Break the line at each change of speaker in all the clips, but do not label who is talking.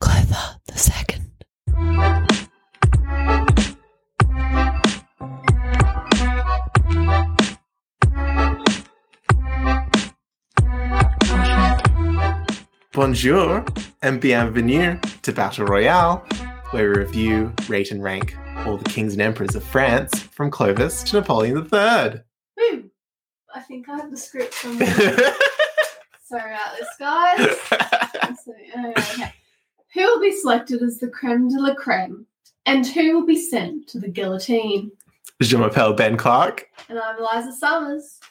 Clover the second.
Bonjour and bienvenue to Battle Royale, where we review, rate, and rank all the kings and emperors of France from Clovis to Napoleon III.
Woo! I think I have the script somewhere. Sorry about this, guys. So, uh, okay. Who will be selected as the creme de la creme? And who will be sent to the guillotine?
Je m'appelle Ben Clark.
And I'm Eliza Summers.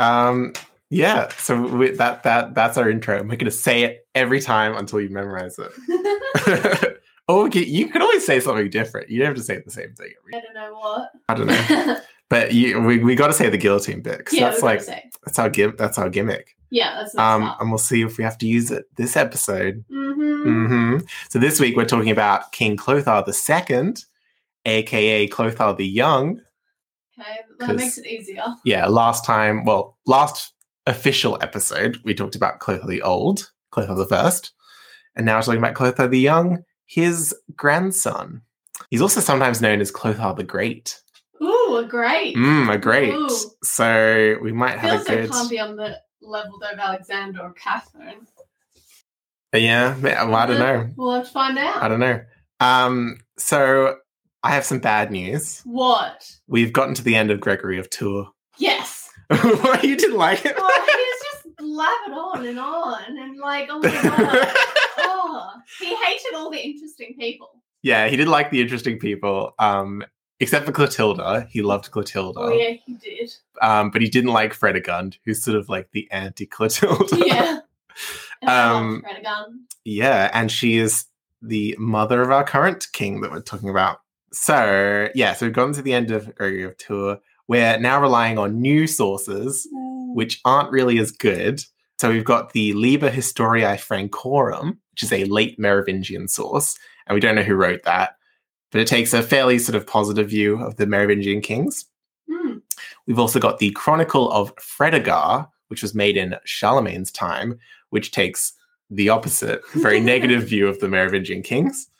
Um, yeah, so we, that that that's our intro, and we're gonna say it every time until you memorize
I
it. oh, okay, you can always say something different. You don't have to say the same thing. Every,
don't know what.
I don't know, but you, we we got to say the guillotine bit because
yeah,
that's
we're gonna
like
say.
that's our gim- that's our gimmick.
Yeah, that's the
um, and we'll see if we have to use it this episode.
mm-hmm.
hmm So this week we're talking about King Clothar II, aka Clothar the Young.
Okay, that makes
'cause-
it easier.
Yeah, last time, well, last official episode we talked about Clothar the Old, Clothar the First, and now we're talking about Clothar the Young, his grandson. He's also sometimes known as Clothar the Great.
Ooh, great.
Mm, a great.
Ooh.
So we might
I feel
have
like
a good.
it can't be on the level though of Alexander or Catherine.
yeah, well, I don't know.
We'll have to find out.
I don't know. Um, so I have some bad news.
What?
We've gotten to the end of Gregory of Tours.
Yes.
you didn't like it?
Oh, he was just blabbing on and on and like, oh my god. oh, he hated all the interesting people.
yeah, he did like the interesting people, um, except for Clotilda. He loved Clotilda.
Oh yeah, he did.
um, but he didn't like Fredegund, who's sort of like the anti Clotilda.
Yeah. And I loved
Um,
Fredegund.
yeah, and she is the mother of our current king that we're talking about. So, yeah, so we've gotten to the end of Gregory of Tours. We're now relying on new sources which aren't really as good. So we've got the Liber Historiae Francorum, which is a late Merovingian source, and we don't know who wrote that, but it takes a fairly sort of positive view of the Merovingian kings.
Hmm.
We've also got the Chronicle of Fredegar, which was made in Charlemagne's time, which takes the opposite, very negative view of the Merovingian kings.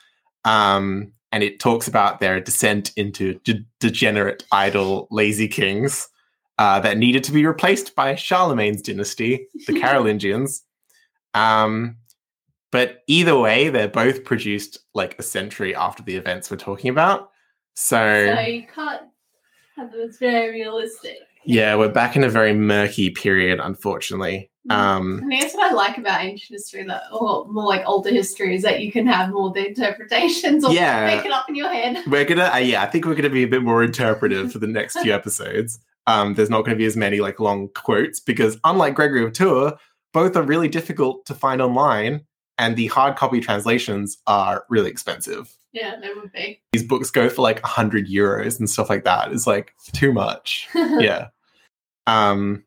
Um, and it talks about their descent into de- degenerate, idle, lazy kings uh, that needed to be replaced by Charlemagne's dynasty, the Carolingians. Um, but either way, they're both produced like a century after the events we're talking about.
So you can't have it was very realistic.
yeah, we're back in a very murky period, unfortunately.
Mm.
Um,
And that's what I like about ancient history, that or more like older history, is that you can have more the interpretations or
Yeah.
make it up in your head.
we're gonna, uh, yeah, I think we're gonna be a bit more interpretive for the next few episodes. Um, there's not gonna be as many like long quotes because, unlike Gregory of Tours, both are really difficult to find online, and the hard copy translations are really expensive.
Yeah, that would be.
These books go for like 100 euros and stuff like that. It's like too much. yeah. Um,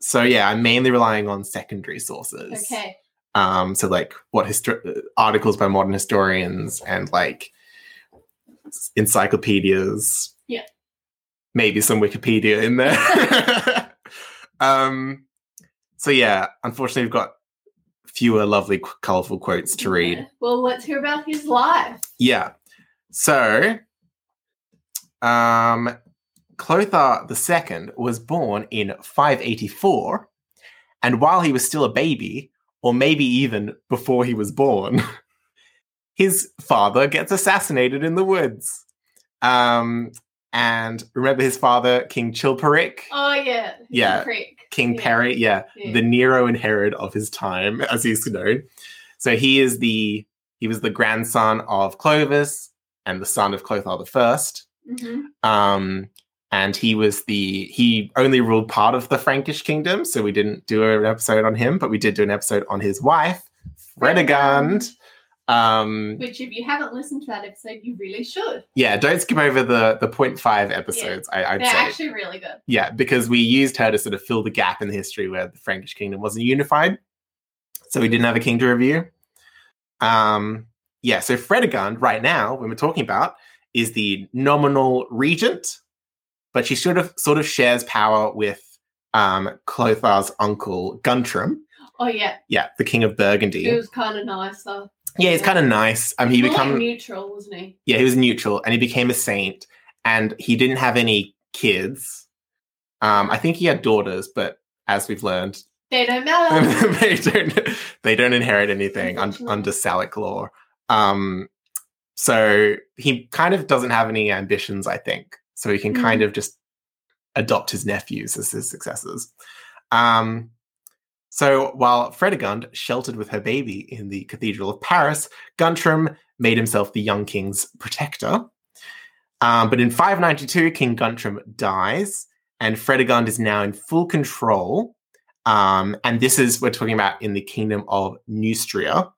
so yeah, I'm mainly relying on secondary sources.
okay.
um so like what histor- articles by modern historians and like s- encyclopedias
Yeah.
maybe some wikipedia in there um so yeah unfortunately we've got fewer lovely colorful quotes to read
Yeah. Well, let's hear about his life.
yeah. So, um, Clothar II was born in 584, and while he was still a baby, or maybe even before he was born, his father gets assassinated in the woods. Um, and remember his father, King Chilperic?
Oh yeah. he's a
Yeah.
prick.
King
Yeah.
Perry, yeah,
Yeah.
the Nero and Herod of his time, as he's known. So he is the he was the grandson of Clovis and the son of Clothar the First.
Mhm.
Um, and he was the he only ruled part of the Frankish kingdom, so we didn't do an episode on him, but we did do an episode on his wife, Fredegund. Um,
Which, if you haven't listened to that episode, you really should.
yeah, don't skip over the the point five episodes. I, I'd
They're
say.
actually really good.
Yeah, because we used her to sort of fill the gap in the history where the Frankish kingdom wasn't unified. So we didn't have a king to review. Um, yeah, so Fredegund, right now, when we're talking about, is the nominal regent, but she sort of sort of shares power with um, Clothar's uncle Guntram.
Oh yeah,
Yeah, the king of Burgundy.
he was kind of nicer.
yeah, he's kind of nice. Um, he
More like
become
neutral, wasn't he?
yeah, he was neutral, and he became a saint, and he didn't have any kids. Um, I think he had daughters, but as we've learned,
They don't matter.
they don't they don't inherit anything un-
Unfortunately.
under Salic law. Um, so he kind of doesn't have any ambitions, I think. So he can
Mm.
kind of just adopt his nephews as his successors. Um, so while Fredegund sheltered with her baby in the Cathedral of Paris, Guntram made himself the young king's protector. Um, but in 592, King Guntram dies, and Fredegund is now in full control. Um, and this is, we're talking about in the kingdom of Neustria,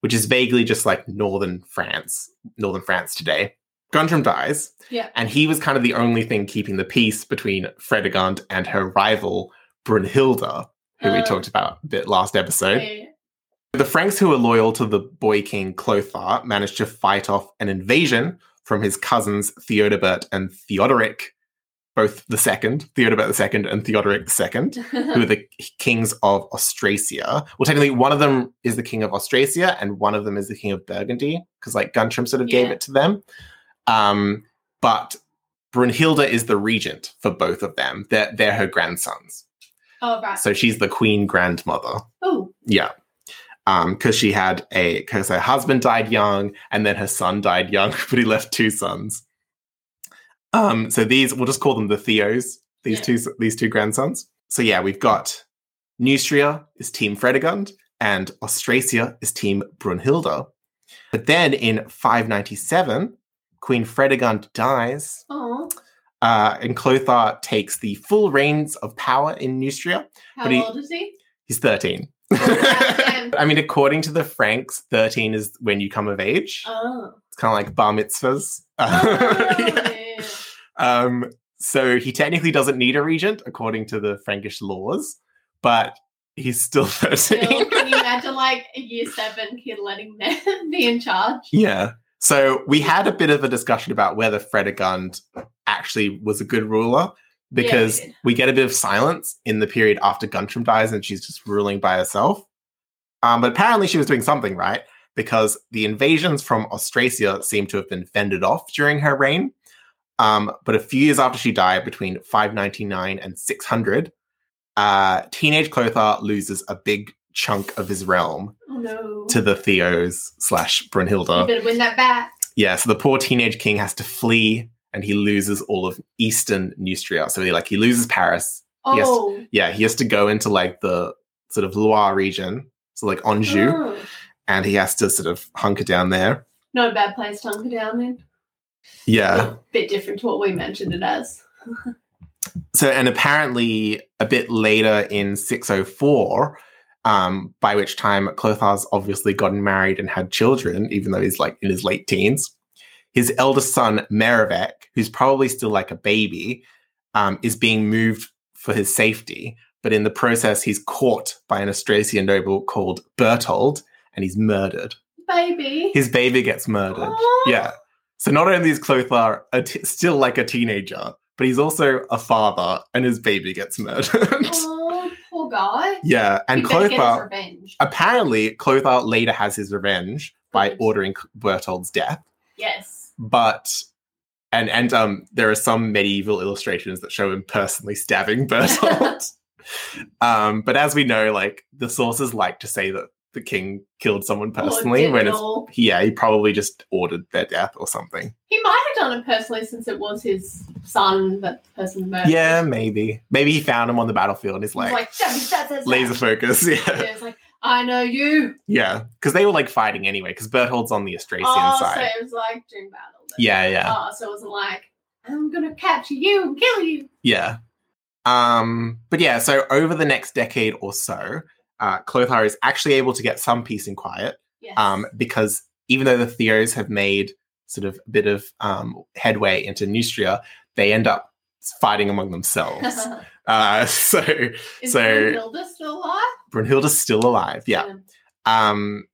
which is vaguely just like northern France, northern France today. Guntram dies,
yeah.
and he was kind of the only thing keeping the peace between Fredegund and her rival, Brunhilda, who we
Uh,
talked about a bit last episode.
yeah.
The Franks, who were loyal to the boy king Clothar, managed to fight off an invasion from his cousins Theodebert and Theodoric, both the second, Theodebert II and Theodoric II, who are the kings of Austrasia. Well, technically, one of them is the king of Austrasia and one of them is the king of Burgundy, because like Guntram sort of gave
Yeah.
it to them. Um, but Brunhilda is the regent for both of them. They're, they're her grandsons.
oh right.
So she's the queen grandmother.
oh,
Yeah. Um, because she had a because her husband died young and then her son died young, but he left two sons. Um, so these we'll just call them the Theos, these
Yeah.
two these two grandsons. So yeah, we've got Neustria is team Fredegund and Austrasia is team Brunhilda. But then in 597, Queen Fredegund dies
oh.
uh, and Clothar takes the full reins of power in Neustria.
How
But he-
old is he?
He's 13.
wow,
I mean, according to the Franks, 13 is when you come of age.
Oh.
It's kind of like bar mitzvahs.
oh
Yeah.
yeah.
um, so he technically doesn't need a regent, according to the Frankish laws, but he's still 13.
Still, can you imagine like a year seven kid letting them be in charge?
Yeah. So we had a bit of a discussion about whether Fredegund actually was a good ruler because
did.
we get a bit of silence in the period after Guntram dies and she's just ruling by herself. Um, but apparently she was doing something right because the invasions from Austrasia seem to have been fended off during her reign. Um, but a few years after she died, between 599 and 600, uh, teenage Clothar loses a big chunk of his realm
Oh no.
to the Theos slash Brunhilda.
you better win that back.
Yeah, so the poor teenage king has to flee and he loses all of eastern Neustria. So he like he loses Paris. Yes.
Oh.
Yeah, he has to go into like the sort of Loire region, so like Anjou,
Oh.
and he has to sort of hunker down there.
Not a bad place to hunker down in.
Yeah.
Bit different to what we mentioned it as.
So and apparently a bit later in 604 um, by which time Clothar's obviously gotten married and had children, even though he's like in his late teens. his eldest son Merivek, who's probably still like a baby, um, is being moved for his safety. But in the process, he's caught by an Austrasian noble called Bertold, and he's murdered.
Baby.
His baby gets murdered.
Aw.
Yeah. So not only is Clothar a t- still like a teenager, but he's also a father, and his baby gets murdered.
Oh, poor guy.
yeah, and
He better get his
Clothar
revenge.
apparently Clothar later has his revenge by
Good.
ordering Bertold's death.
Yes.
but and and um there are some medieval illustrations that show him personally stabbing Bertolt. um but as we know like the sources like to say that the king killed someone
Or
personally
Oh, did
when
it
it's
all.
yeah he probably just ordered their death or something
He might have done it personally since it was his son that the person murdered.
yeah maybe maybe he found him on the battlefield and he's
He's like,
like,
"Zap, zap, zap, zap."
laser focus yeah
Yeah, it's like, I know you.
yeah because they were like fighting anyway because Berthold's on the Austrasian
Oh, so
side
it was like during battle. then.
yeah yeah
Oh, so it wasn't like, I'm gonna capture you and kill you.
Yeah. Um, but yeah, so over the next decade or so, uh, Clothar is actually able to get some peace and quiet
Yes.
um, because even though the Theos have made sort of a bit of um, headway into Neustria, they end up fighting among themselves. uh, so
Is
so-
Brunhilde still alive?
Brunhilda's still alive. Yeah. Um,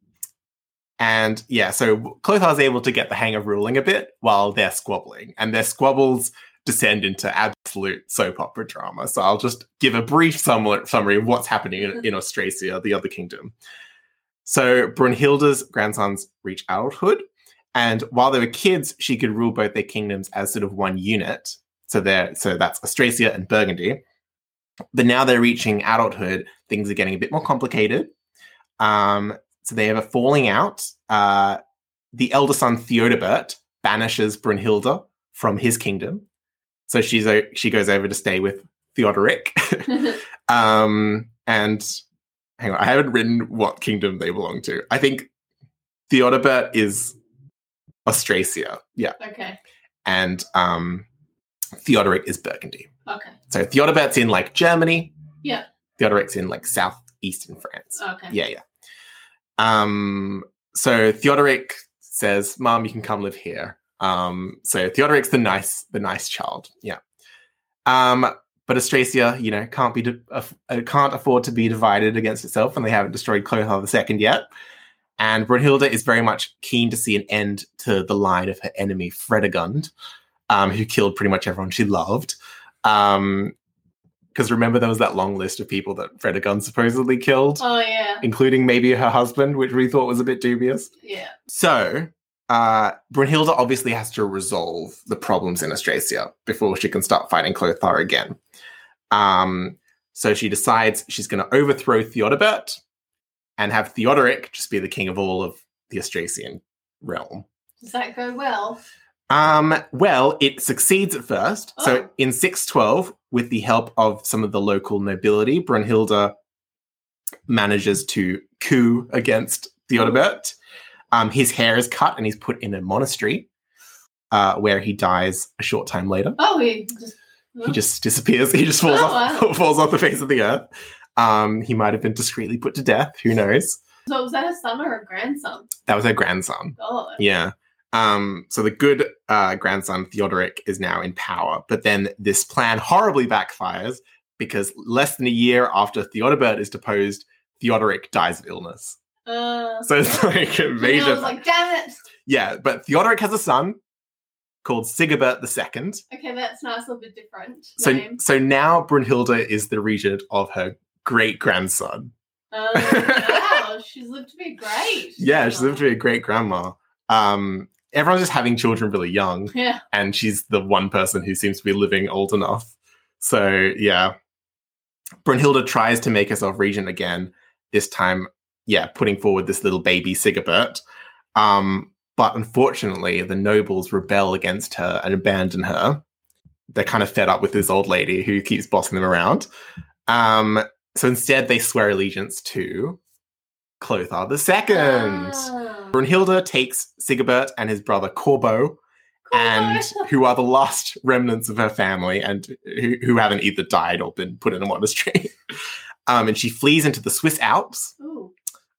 and yeah, so Clothar's able to get the hang of ruling a bit while they're squabbling, and their squabbles descend into absolute soap opera drama. So I'll just give a brief summa- summary of what's happening in, in Austrasia, the other kingdom. So Brunhilde's grandsons reach adulthood, and while they were kids, she could rule both their kingdoms as sort of one unit. So there, so that's Austrasia and Burgundy. But now they're reaching adulthood, things are getting a bit more complicated. Um, so they have a falling out. Uh, the elder son Theodebert banishes Brunhilde from his kingdom, so she's o- she goes over to stay with Theodoric. um, and hang on, I haven't written what kingdom they belong to. I think Theodebert is Austrasia, yeah,
okay.
and um, Theodoric is Burgundy.
Okay.
So Theodobert's in like Germany.
Yeah.
Theodoric's in like southeastern France.
Okay.
Yeah, yeah. Um, so Theodoric says, "Mom, you can come live here." Um, so Theodoric's the nice, the nice child. Yeah. Um, but Austrasia, you know, can't be di- aff- uh, can't afford to be divided against itself, and they haven't destroyed Clotho II yet. And Brunhilde is very much keen to see an end to the line of her enemy Fredegund, um, who killed pretty much everyone she loved. Um, because remember there was that long list of people that Fredegund supposedly killed
Oh yeah.
including maybe her husband, which we thought was a bit dubious.
Yeah.
So, uh, Brunhilde obviously has to resolve the problems in Austrasia before she can start fighting Clothar again. Um, so she decides she's going to overthrow Theodebert and have Theodoric just be the king of all of the Austrasian realm.
Does that go well?
Um, well, it succeeds at first.
Oh.
So in 612, with the help of some of the local nobility, Brunhilde manages to coup against Theodebert.
Oh.
Um, his hair is cut and he's put in a monastery uh, where he dies a short time later.
Oh, he just.
He just disappears. He just falls,
Oh,
off,
wow.
falls off the face of the earth. Um, he might have been discreetly put to death. Who knows?
So was that a son or a grandson?
That was her grandson.
God.
Yeah. Um, so the good uh, grandson Theodoric is now in power, but then this plan horribly backfires because less than a year after Theodebert is deposed, Theodoric dies of illness.
Uh,
So it's like a
you know, I
major.
was like, damn it.
yeah, but Theodoric has a son called Sigebert II.
Okay, that's nice. A little bit different
So
name.
so now Brunhilde is the regent of her great grandson.
Uh, wow, she's lived to be great.
Yeah, she's lived to be a great grandma. Um, everyone's just having children really young.
Yeah.
and she's the one person who seems to be living old enough. So yeah, Brunhilde tries to make herself regent again. This time, yeah, putting forward this little baby Sigebert. Um, but unfortunately, the nobles rebel against her and abandon her. They're kind of fed up with this old lady who keeps bossing them around. Um, so instead, they swear allegiance to Clothar the Second.
Ah.
Brunhilde takes Sigebert and his brother Corbo
Cool.
and who are the last remnants of her family and who, who haven't either died or been put in a monastery. um, and she flees into the Swiss Alps,
Ooh.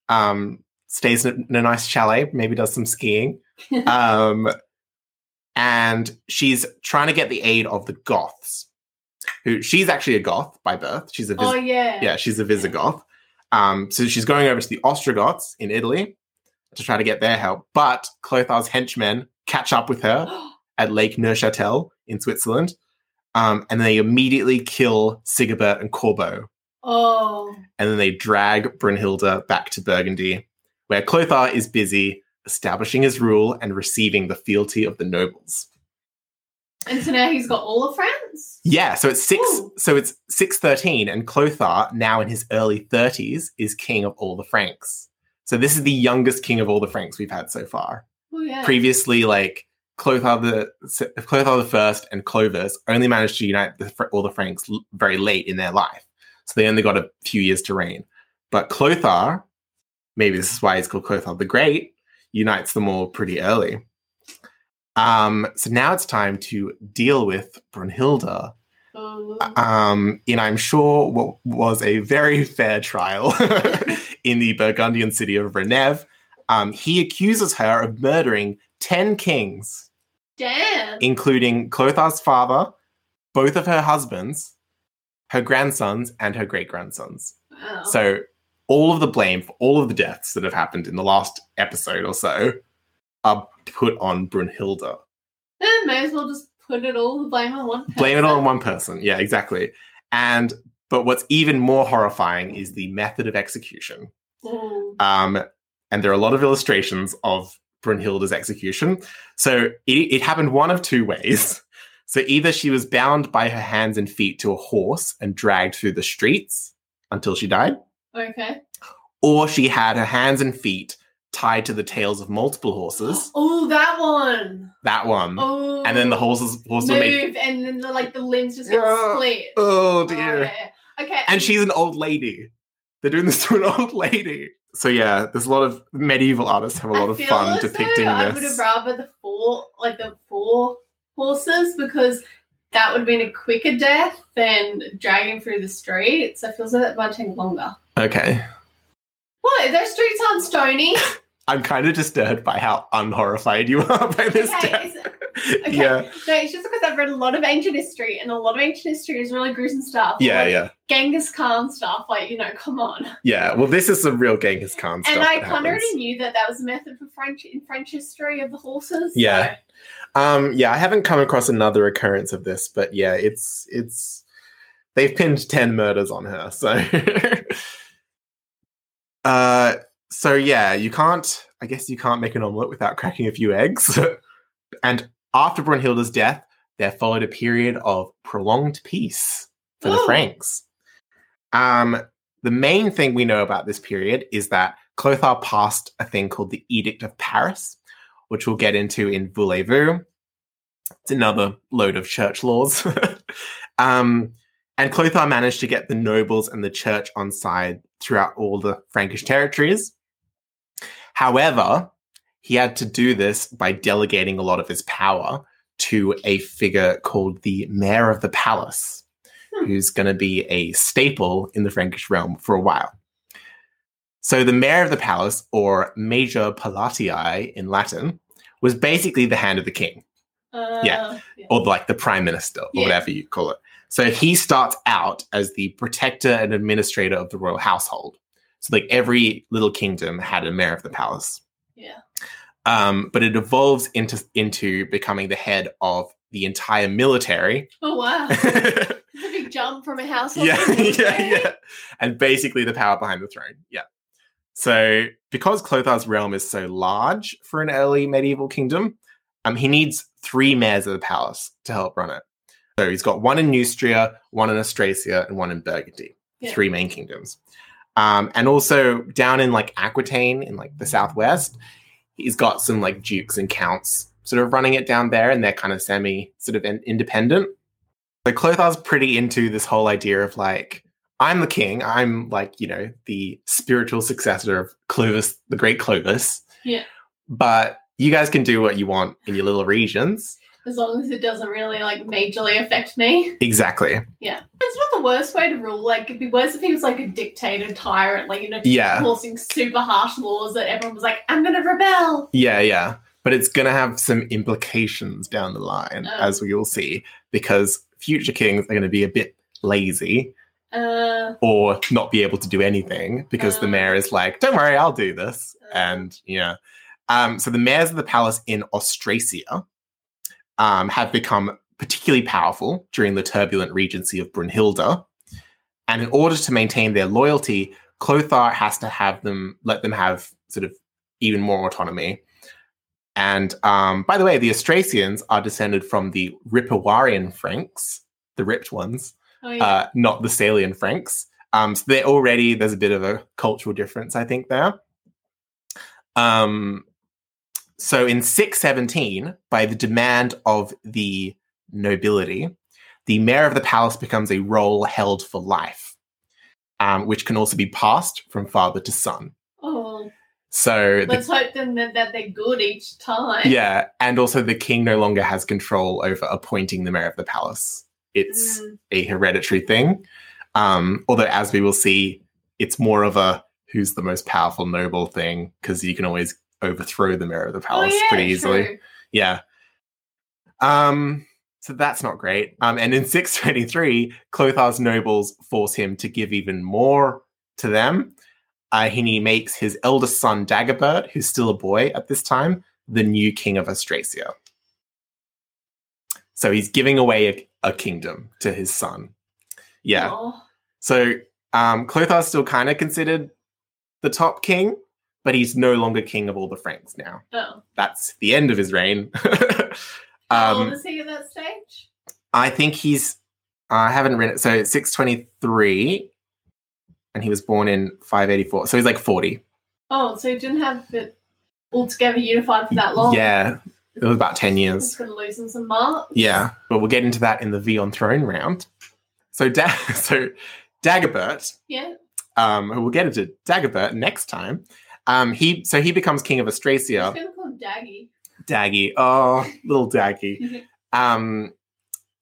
um, stays in a, in a nice chalet, maybe does some skiing. um, and she's trying to get the aid of the Goths, who she's actually a Goth by birth. She's a
oh
Vis-
yeah.
yeah, she's a Visigoth. Um, so she's going over to the Ostrogoths in Italy to try to get their help. But Clothar's henchmen catch up with her at Lake Neuchâtel in Switzerland. Um, and they immediately kill Sigebert and Corbo.
oh.
And then they drag Brunhilde back to Burgundy, where Clothar is busy establishing his rule and receiving the fealty of the nobles.
And so now he's got all of France.
Yeah, so it's six
Ooh.
so it's six thirteen, and Clothar, now in his early thirties, is king of all the Franks. So this is the youngest king of all the Franks we've had so far.
Oh yeah.
previously like Clothar the Clothar the First and Clovis only managed to unite the, Fr- all the Franks l- very late in their life, so they only got a few years to reign. But Clothar, maybe this is why he's called Clothar the Great, unites them all pretty early. Um, so now it's time to deal with Brunhilde
Oh.
um, in, I'm sure, what was a very fair trial in the Burgundian city of Rennes. Um, he accuses her of murdering 10 kings,
damn.
including Clothar's father, both of her husbands, her grandsons, and her great grandsons.
Wow.
So, all of the blame for all of the deaths that have happened in the last episode or so are put on Brunhilde.
Eh, may as well just put it all the blame on one person.
Blame it all on one person. Yeah, exactly. And but what's even more horrifying is the method of execution.
Ooh.
Um, and there are a lot of illustrations of Brunhilde's execution. So it, it happened one of two ways. So either she was bound by her hands and feet to a horse and dragged through the streets until she died,
Okay.
or she had her hands and feet tied to the tails of multiple horses.
Oh, that one.
That one.
Oh.
And then the horses, horses
move,
were made.
and then the, like the limbs just get
Yeah.
split.
Oh
Oh,
dear.
yeah, yeah. Okay.
And she's an old lady. They're doing this to an old lady. So yeah, there's a lot of medieval artists have a lot
I
of
feel
fun
as though
depicting
I would have
this.
rather the four, like the four horses, because that would have been a quicker death than dragging through the streets. I feel as though that might take longer.
Okay.
What? Those streets aren't stony.
I'm kind of disturbed by how unhorrified you are by this
okay,
death.
it's, okay.
Yeah.
No, it's just because I've read a lot of ancient history, and a lot of ancient history is really gruesome stuff.
Yeah,
Like
yeah.
Genghis Khan stuff. Like you know, come on.
Yeah. Well, this is some real Genghis Khan stuff.
and I
that
kind of
happens.
already knew that that was a method for French in French history of the horses.
Yeah. Um, yeah, I haven't come across another occurrence of this, but yeah, it's it's they've pinned ten murders on her. So, uh, so yeah, you can't. I guess you can't make an omelet without cracking a few eggs. and after Brunhilde's death, there followed a period of prolonged peace for the
Ooh.
Franks. Um, the main thing we know about this period is that Clothar passed a thing called the Edict of Paris, which we'll get into in Voulez-Vous. It's another load of church laws. um, and Clothar managed to get the nobles and the church on side throughout all the Frankish territories. However, he had to do this by delegating a lot of his power to a figure called the mayor of the palace,
Hmm.
who's going to be a staple in the Frankish realm for a while. So, the mayor of the palace, or major palatii in Latin, was basically the hand of the king
Uh,
Yeah.
yeah.
or like the prime minister or
Yeah.
whatever you call it. So he starts out as the protector and administrator of the royal household. So like every little kingdom had a mayor of the palace.
Yeah.
Um, but it evolves into into becoming the head of the entire military.
Oh wow.
yeah,
It's a big jump from a house.
yeah, yeah. And basically the power behind the throne. Yeah. So because Clothar's realm is so large for an early medieval kingdom, um, he needs three mayors of the palace to help run it. So he's got one in Neustria, one in Austrasia, and one in Burgundy.
Yeah.
Three main kingdoms. Um, and also down in like Aquitaine in like the southwest, he's got some like dukes and counts sort of running it down there, and they're kind of semi sort of in- independent. So Clothar's pretty into this whole idea of like, I'm the king. I'm like, you know, the spiritual successor of Clovis, the great Clovis.
Yeah.
But you guys can do what you want in your little regions.
As long as it doesn't really like majorly affect me.
Exactly.
It's not the worst way to rule. Like it'd be worse if he was like a dictator tyrant, like you know,
Yeah.
forcing super harsh laws that everyone was like, I'm gonna rebel.
Yeah, yeah. But it's going to have some implications down the line,
Oh.
as we will see, because future kings are going to be a bit lazy
Uh
or not be able to do anything because the
Oh.
mayor is like, don't worry, I'll do this.
Oh.
And, yeah. Um, so the mayors of the palace in Austrasia um, have become particularly powerful during the turbulent regency of Brunhilda. And in order to maintain their loyalty, Clothar has to have them let them have sort of even more autonomy. And um, by the way, the Austrasians are descended from the Ripawarian Franks, the ripped ones,
oh yeah.
uh, not the Salian Franks. Um, so they're already there's a bit of a cultural difference, I think, there. Um, so in 617, by the demand of the nobility, the mayor of the palace becomes a role held for life, um, which can also be passed from father to son.
oh
So the
let's hope then that, that they're good each time.
yeah, and also the king no longer has control over appointing the mayor of the palace. It's
Mm,
a hereditary thing. Um, although, as we will see, it's more of a who's the most powerful noble thing because you can always overthrow the mayor of the
oh,
palace
yeah,
pretty easily.
true.
Yeah. Um, so that's not great. Um, and in 623, Clothar's nobles force him to give even more to them. Uh, and he makes his eldest son, Dagobert, who's still a boy at this time, the new king of Austrasia. So he's giving away a, a kingdom to his son. Yeah.
Aw.
So um, Clothar's still kind of considered the top king, but he's no longer king of all the Franks now.
Oh.
That's the end of his reign.
How old
um,
is he at that stage?
I think he's. I haven't read it. So six twenty three, and he was born in five eighty four. So he's like forty.
Oh, so he didn't have it altogether unified for that long.
Yeah, it was about ten years.
It's going to lose him some marks.
Yeah, but we'll get into that in the V on Throne round. So da- so Dagobert,
Yeah.
um, who we'll get into Dagobert next time. Um, he so he becomes king of
I
Austrasia.
was going to call him Daggy.
Daggy. Oh, little Daggy. um,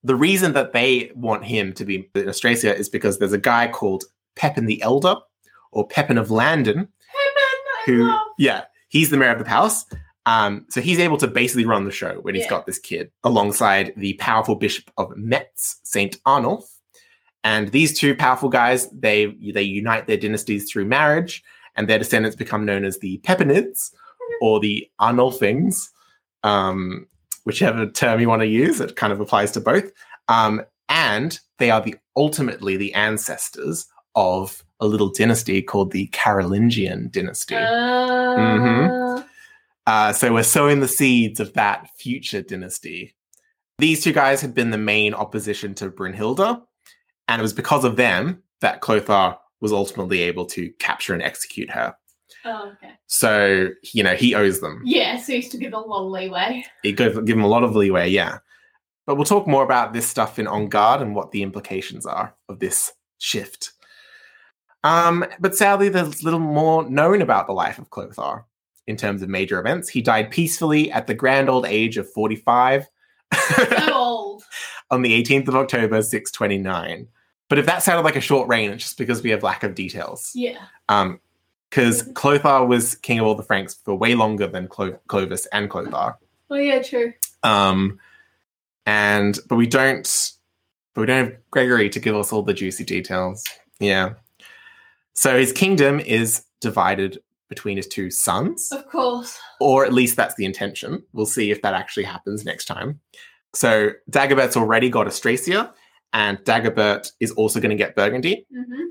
the reason that they want him to be in Austrasia is because there's a guy called Pepin the Elder or Pepin of Landen
Hey, man, I
who,
love-
yeah, he's the mayor of the palace. Um, so he's able to basically run the show when he's
Yeah.
got this kid alongside the powerful bishop of Metz, Saint Arnulf. And these two powerful guys, they they unite their dynasties through marriage, and their descendants become known as the Pepinids or the Arnulfings, um, whichever term you want to use. It kind of applies to both. Um, and they are the ultimately the ancestors of a little dynasty called the Carolingian dynasty.
Uh,
Uh, so we're sowing the seeds of that future dynasty. These two guys had been the main opposition to Brynhilda, and it was because of them that Clothar was ultimately able to capture and execute her.
Oh, okay.
So, you know, he owes them.
Yeah, so he used to give a lot of leeway.
It gave, give him a lot of leeway, yeah. But we'll talk more about this stuff in On Guard and what the implications are of this shift. Um, but sadly, there's little more known about the life of Clothar in terms of major events. He died peacefully at the grand old age of 45
So old.
on the 18th of October, 629. But if that sounded like a short reign, it's just because we have lack of details.
Yeah.
Um, because Clothar was king of all the Franks for way longer than Clo- Clovis and Clothar.
Well, yeah, true.
Um, and but we don't, but we don't have Gregory to give us all the juicy details. Yeah. So his kingdom is divided between his two sons,
Of course.
or at least that's the intention. We'll see if that actually happens next time. So Dagobert's already got Austrasia, and Dagobert is also going to get Burgundy.
hmm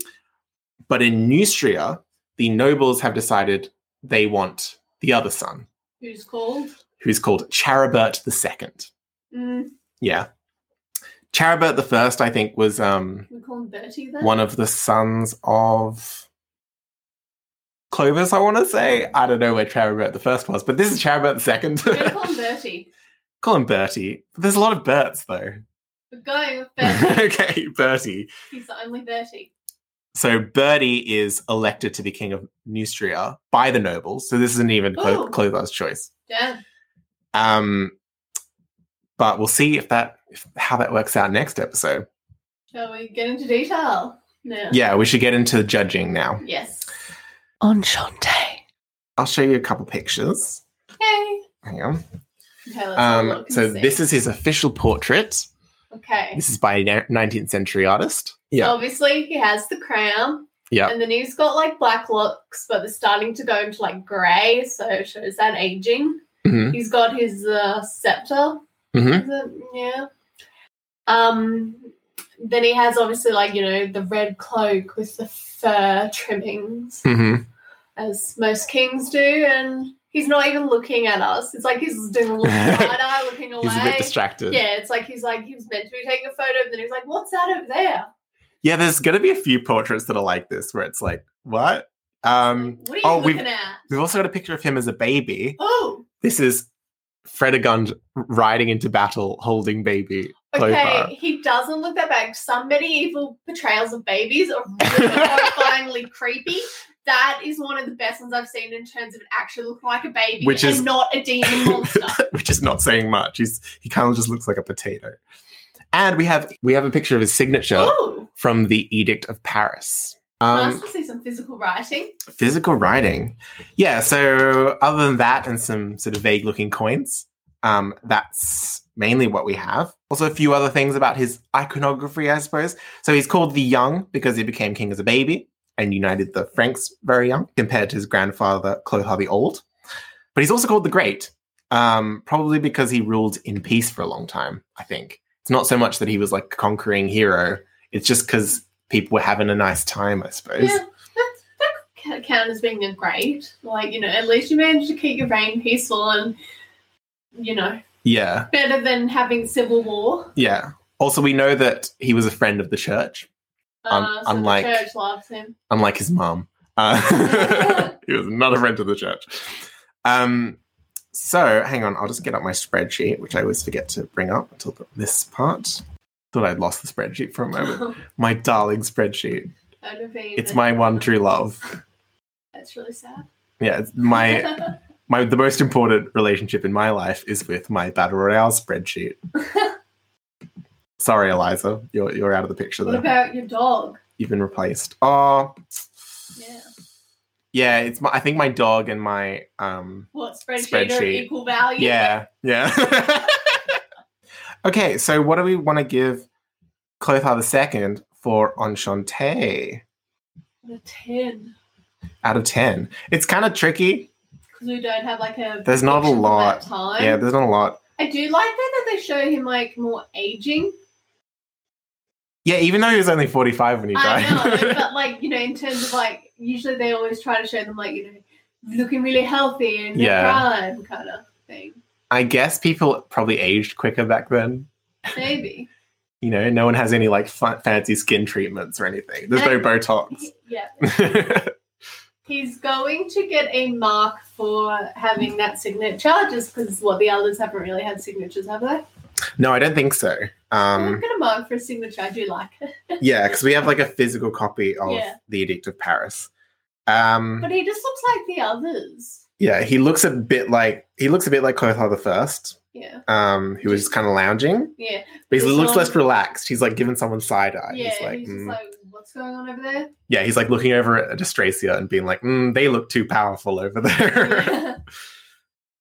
But in Neustria, the nobles have decided they want the other son,
Who's called?
who's called Charibert the Second.
Mm,
Yeah. Charibert the First, I think, was um,
we call him Bertie then?
one of the sons of Clovis, I want to say. I don't know where Charibert the First was, but this is Charibert the Second.
We're going to call him Bertie.
Call him Bertie. There's a lot of Berts, though.
We're going with Bertie.
okay, Bertie.
He's the only Bertie.
So Bertie is elected to be king of Neustria by the nobles. So this isn't even Clo-
Ooh.
Clothar's choice.
Damn.
Um, but we'll see if that if, how that works out next episode.
Shall we get into detail? No.
Yeah, we should get into judging now.
Yes.
Enchante.
I'll show you a couple pictures.
Hey.
Hang on.
Okay, let's have a
Um,
look and
so
see.
this is his official portrait.
Okay.
This is by a na- 19th century artist.
Oh,
Yeah.
Obviously, he has the crown.
Yeah.
And then he's got like black looks, but they're starting to go into like grey, so it shows that aging.
Mhm.
He's got his uh, scepter.
Mhm.
Is it? Yeah. Um. Then he has obviously like you know the red cloak with the fur trimmings,
Mhm.
as most kings do, and he's not even looking at us. It's like he's doing a little side eye, looking away.
He's a bit distracted.
yeah, it's like he's like he was meant to be taking a photo, but then he's like, "What's that over there?"
Yeah, there's going to be a few portraits that are like this where it's like, what? Um,
What are you
oh, we've-
looking at?
we've also got a picture of him as a baby.
Oh,
This is Fredegund riding into battle holding baby.
okay.
Clothar.
He doesn't look that bad. Some medieval portrayals of babies are really horrifyingly creepy. That is one of the best ones I've seen in terms of it actually looking like a baby
Which is-
and not a demon monster.
which is not saying much. He's he kind of just looks like a potato. And we have we have a picture of his signature
oh,
from the Edict of Paris. Um,
nice to see some physical writing.
physical writing yeah so other than that and some sort of vague looking coins um that's mainly what we have also a few other things about his iconography i suppose so he's called the young because he became king as a baby and united the franks very young compared to his grandfather clothar the old but he's also called the great Um, probably because he ruled in peace for a long time, I think. It's not so much that he was like a conquering hero, it's just because people were having a nice time, I suppose.
Yeah, that, that could count as being a great. Like, you know, at least you managed to keep your reign peaceful and, you know,
yeah.
better than having civil war.
Yeah. Also, we know that he was a friend of the church, Um,
Uh, so
unlike-
the church loves him.
unlike his mom. Uh, he was not a friend of the church. Um, so, hang on, I'll just get up my spreadsheet, which I always forget to bring up until th- this part. Thought I'd lost the spreadsheet for a moment. my darling spreadsheet.
That would be
It's
the-
my one true love.
That's really sad.
Yeah, it's my my the most important relationship in my life is with my battle royale spreadsheet. Sorry, Eliza, you're you're out of the picture
what
there.
about your dog?
You've been replaced. Oh,
Yeah.
Yeah, it's my. I think my dog and my um.
What spreadsheet, of
Spreadsheet.
equal value?
Yeah, yeah. okay, so what do we want to give Clothar II for Enchante
The ten.
out of ten? It's kind of tricky.
Because we don't have like a.
There's not a
prediction for that
lot.
Time.
Yeah, there's not a lot.
I do like that that they show him like more aging.
Yeah, even though he was only 45 when he died.
I know, but like you know, in terms of like, usually they always try to show them like you know, looking really healthy and
Yeah.
prime kind of thing.
I guess people probably aged quicker back then.
Maybe.
You know, no one has any like fa- fancy skin treatments or anything. There's no Botox.
yeah. He's going to get a mark for having that signature, just because what the others haven't really had signatures, have they?
no, I don't think so. Um,
I'm gonna mark for a signature. I do like it,
yeah, because we have like a physical copy of
Yeah.
the Edict of Paris. Um,
but he just looks like the others.
yeah, he looks a bit like he looks a bit like Clothar the First,
Yeah,
um, who was kind of lounging,
yeah,
but he
He's
looks
not-
less relaxed. He's like giving someone side eye.
yeah.
he's like,
he's just
"Mm."
like, what's going on over there?
yeah, he's like looking over at Astrasia and being like, mm, they look too powerful over there.
Yeah.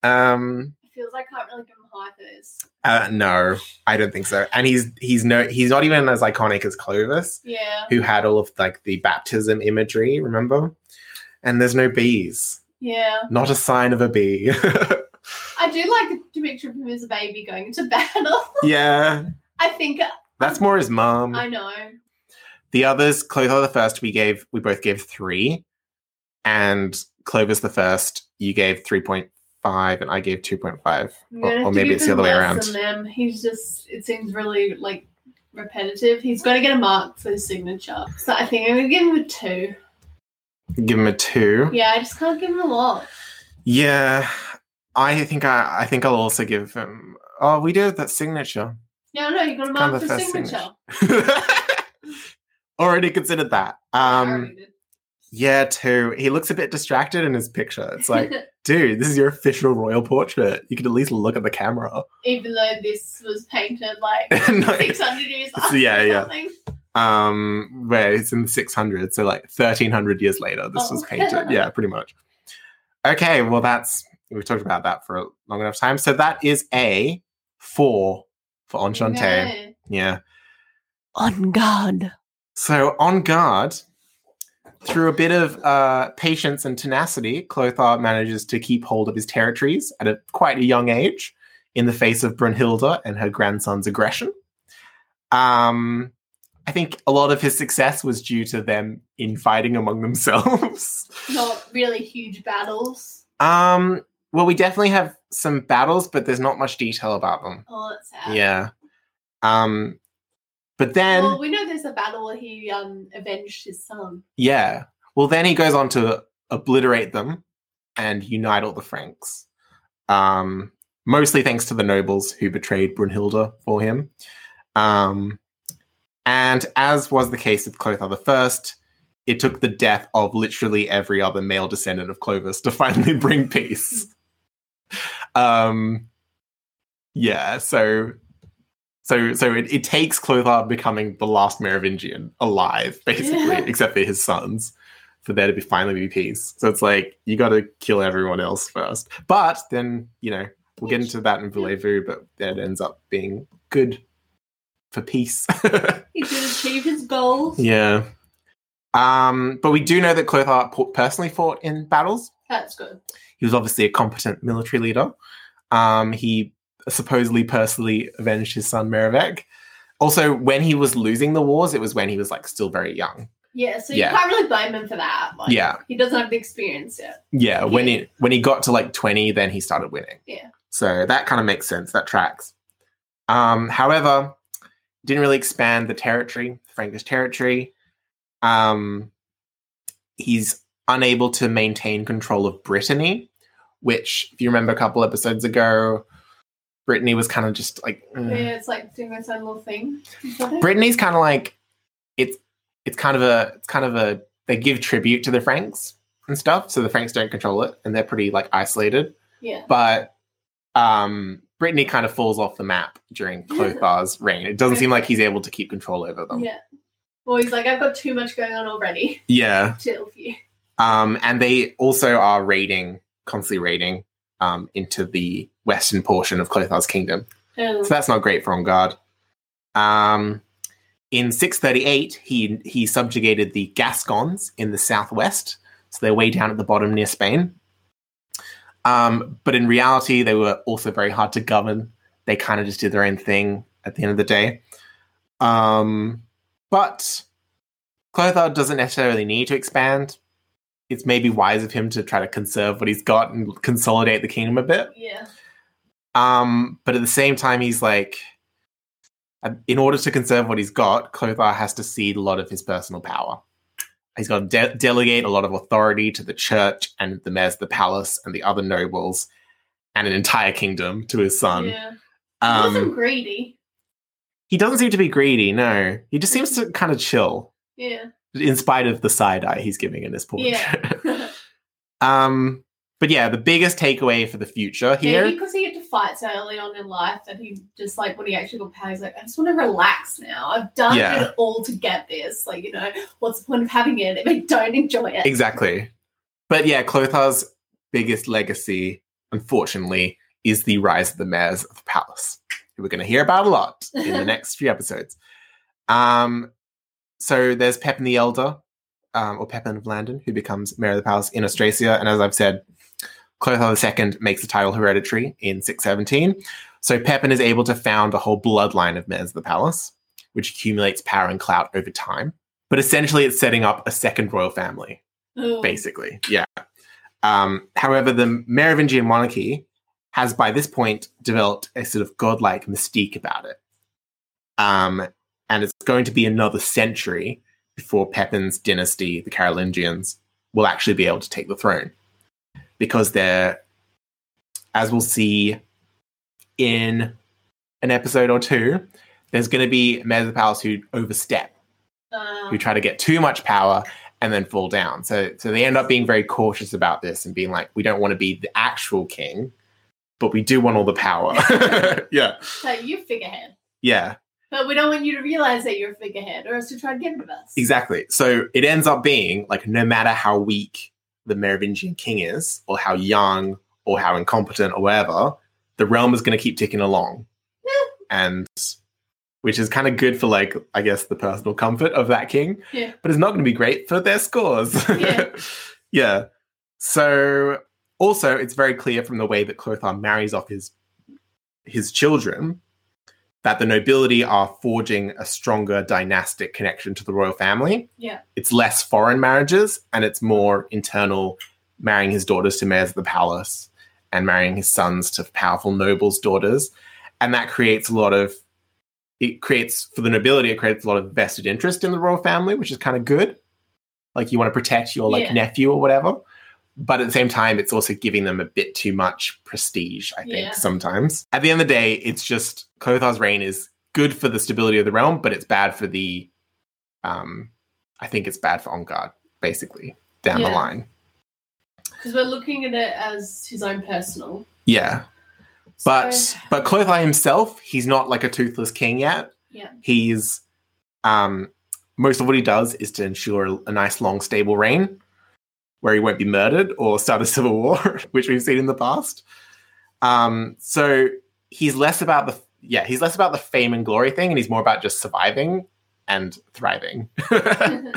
um,
It feels like I can't really give him high for this.
uh, no, I don't think so. And he's he's no he's not even as iconic as Clovis,
Yeah,
who had all of like the baptism imagery. Remember? And there's no bees.
yeah.
Not a sign of a bee.
I do like the picture of him as a baby going into battle.
yeah,
I think
that's more his mum.
I know.
The others, Clothar the First, we gave, we both gave three, and Clovis the First, you gave three point five, and I gave two point five.
I'm
Or-
gonna
or
have to
maybe
give
it's the
him
other way
less than Them. He's just. It seems really like repetitive. He's got to get a mark for his signature. So I think I'm gonna give him a two.
Give him a two.
Yeah, I just can't give him a lot.
Yeah, I think I, I think I'll also give him. Oh, we did that signature.
No, no, you got a
kind
mark
of
for
a first
signature.
signature. Already considered that.
I
Um,
already did.
yeah, two. He looks a bit distracted in his picture. It's like. dude, this is your official royal portrait. You could at least look at the camera.
even though this was painted like
No.
600 years
It's-
after
yeah, yeah.
something.
Um, where it's in the 600s, so like 1300 years later, this
Oh.
was painted. Yeah, pretty much. Okay, well, that's we've talked about that for a long enough time. So that is a four for Enchante.
Okay.
Yeah.
On guard.
So on guard, through a bit of uh, patience and tenacity, Clothar manages to keep hold of his territories at a quite a young age, in the face of Brunhilda and her grandson's aggression. Um, I think a lot of his success was due to them infighting among themselves.
Not really huge battles.
um, well, we definitely have some battles, but there's not much detail about them.
Oh, that's sad.
Yeah. Um, but then.
well, we know there's a battle where he um avenged his son.
Yeah. Well, then he goes on to obliterate them and unite all the Franks. Um, mostly thanks to the nobles who betrayed Brunhilda for him. Um, and as was the case with Clothar I, it took the death of literally every other male descendant of Clovis to finally bring peace. Um, yeah, so so so it, it takes Clothar becoming the last Merovingian alive, basically,
Yeah.
except for his sons, for there to be finally be peace. So it's like you gotta kill everyone else first. But then, you know, we'll get into that in Bellevue, but that ends up being good for peace.
He did achieve his goals.
yeah. Um, but we do know that Clothar po- personally fought in battles.
That's good.
He was obviously a competent military leader. Um, he supposedly personally avenged his son Merovec. Also, when he was losing the wars, it was when he was like still very young.
Yeah, so you
Yeah.
can't really blame him for that. Like,
Yeah.
He doesn't have the experience yet.
Yeah, when he when he got to like 20, then he started winning.
Yeah.
So that kind of makes sense. That tracks. Um, however, didn't really expand the territory, Frankish territory. Um, he's unable to maintain control of Brittany, which, if you remember a couple episodes ago, Brittany was kind of just like.
Yeah,
mm.
it's like doing its own little thing. Is that it?
Brittany's kind of like it's it's kind of a it's kind of a they give tribute to the Franks and stuff, so the Franks don't control it and they're pretty like isolated.
yeah.
But um Brittany kind of falls off the map during Clothar's reign. It doesn't seem like he's able to keep control over them.
Yeah. Well, he's like, I've got too much going on already.
Yeah.
Chill for you.
Um and they also are raiding, constantly raiding um into the western portion of Clothar's kingdom.
Um,
So that's not great for On Guard. Um, in 638, he he subjugated the Gascons in the southwest, so they're way down at the bottom near Spain. Um, but in reality, they were also very hard to govern. They kind of just did their own thing at the end of the day. Um, but Clothar doesn't necessarily need to expand. It's maybe wise of him to try to conserve what he's got and consolidate the kingdom a bit.
yeah.
Um, but at the same time, he's like, uh, in order to conserve what he's got, Clothar has to cede a lot of his personal power. He's got to de- delegate a lot of authority to the church and the mayors of the palace and the other nobles and an entire kingdom to his son.
yeah. he wasn't
Um,
greedy.
he doesn't seem to be greedy, no. He just seems to kind of chill,
Yeah.
in spite of the side eye he's giving in this portrait.
Yeah.
um, but yeah, the biggest takeaway for the future here.
Maybe because he had to fight so early on in life that he just like when he actually got power, he's like, I just want to relax now. I've done
Yeah.
it all to get this. Like, you know, what's the point of having it if I don't enjoy it?
Exactly. But yeah, Clothar's biggest legacy, unfortunately, is the rise of the mayors of the palace, who we're going to hear about a lot in the next few episodes. Um, so there's Pepin the Elder, um, or Pepin of Landon, who becomes mayor of the palace in Austrasia. And as I've said, Clothar II makes the title hereditary in 617. So Pepin is able to found a whole bloodline of mayors of the palace, which accumulates power and clout over time. But essentially, it's setting up a second royal family
Ugh.
basically. Yeah. Um, however, the Merovingian monarchy has by this point developed a sort of godlike mystique about it. Um, and it's going to be another century before Pepin's dynasty, the Carolingians, will actually be able to take the throne. Because they're, as we'll see in an episode or two, there's going to be mayors of the palace who overstep
Um,
who try to get too much power and then fall down. So so they end up being very cautious about this and being like, we don't want to be the actual king, but we do want all the power. yeah.
so you figurehead.
Yeah,
But we don't want you to realize that you're a figurehead or else you try to get rid of us.
exactly. So it ends up being like no matter how weak the Merovingian king is, or how young, or how incompetent, or whatever, the realm is going to keep ticking along. and which is kind of good for like, I guess, the personal comfort of that king.
Yeah.
but it's not going to be great for their scores.
Yeah.
Yeah. So also it's very clear from the way that Clothar marries off his his children that the nobility are forging a stronger dynastic connection to the royal family.
Yeah.
It's less foreign marriages and it's more internal marrying his daughters to mayors of the palace and marrying his sons to powerful nobles' daughters. And that creates a lot of it creates for the nobility, it creates a lot of vested interest in the royal family, which is kind of good. Like you want to protect your like
Yeah.
nephew or whatever. But at the same time, it's also giving them a bit too much prestige, I think,
Yeah.
sometimes. At the end of the day, it's just Clothar's reign is good for the stability of the realm, but it's bad for the um I think it's bad for On Guard, basically, down the
Yeah.
line.
Because we're looking at it as his own personal.
Yeah. But
So-
but Clothar himself, he's not like a toothless king yet.
Yeah.
He's um most of what he does is to ensure a, a nice long stable reign where he won't be murdered or start a civil war, which we've seen in the past. Um so he's less about the yeah, he's less about the fame and glory thing and he's more about just surviving and thriving. but
yeah.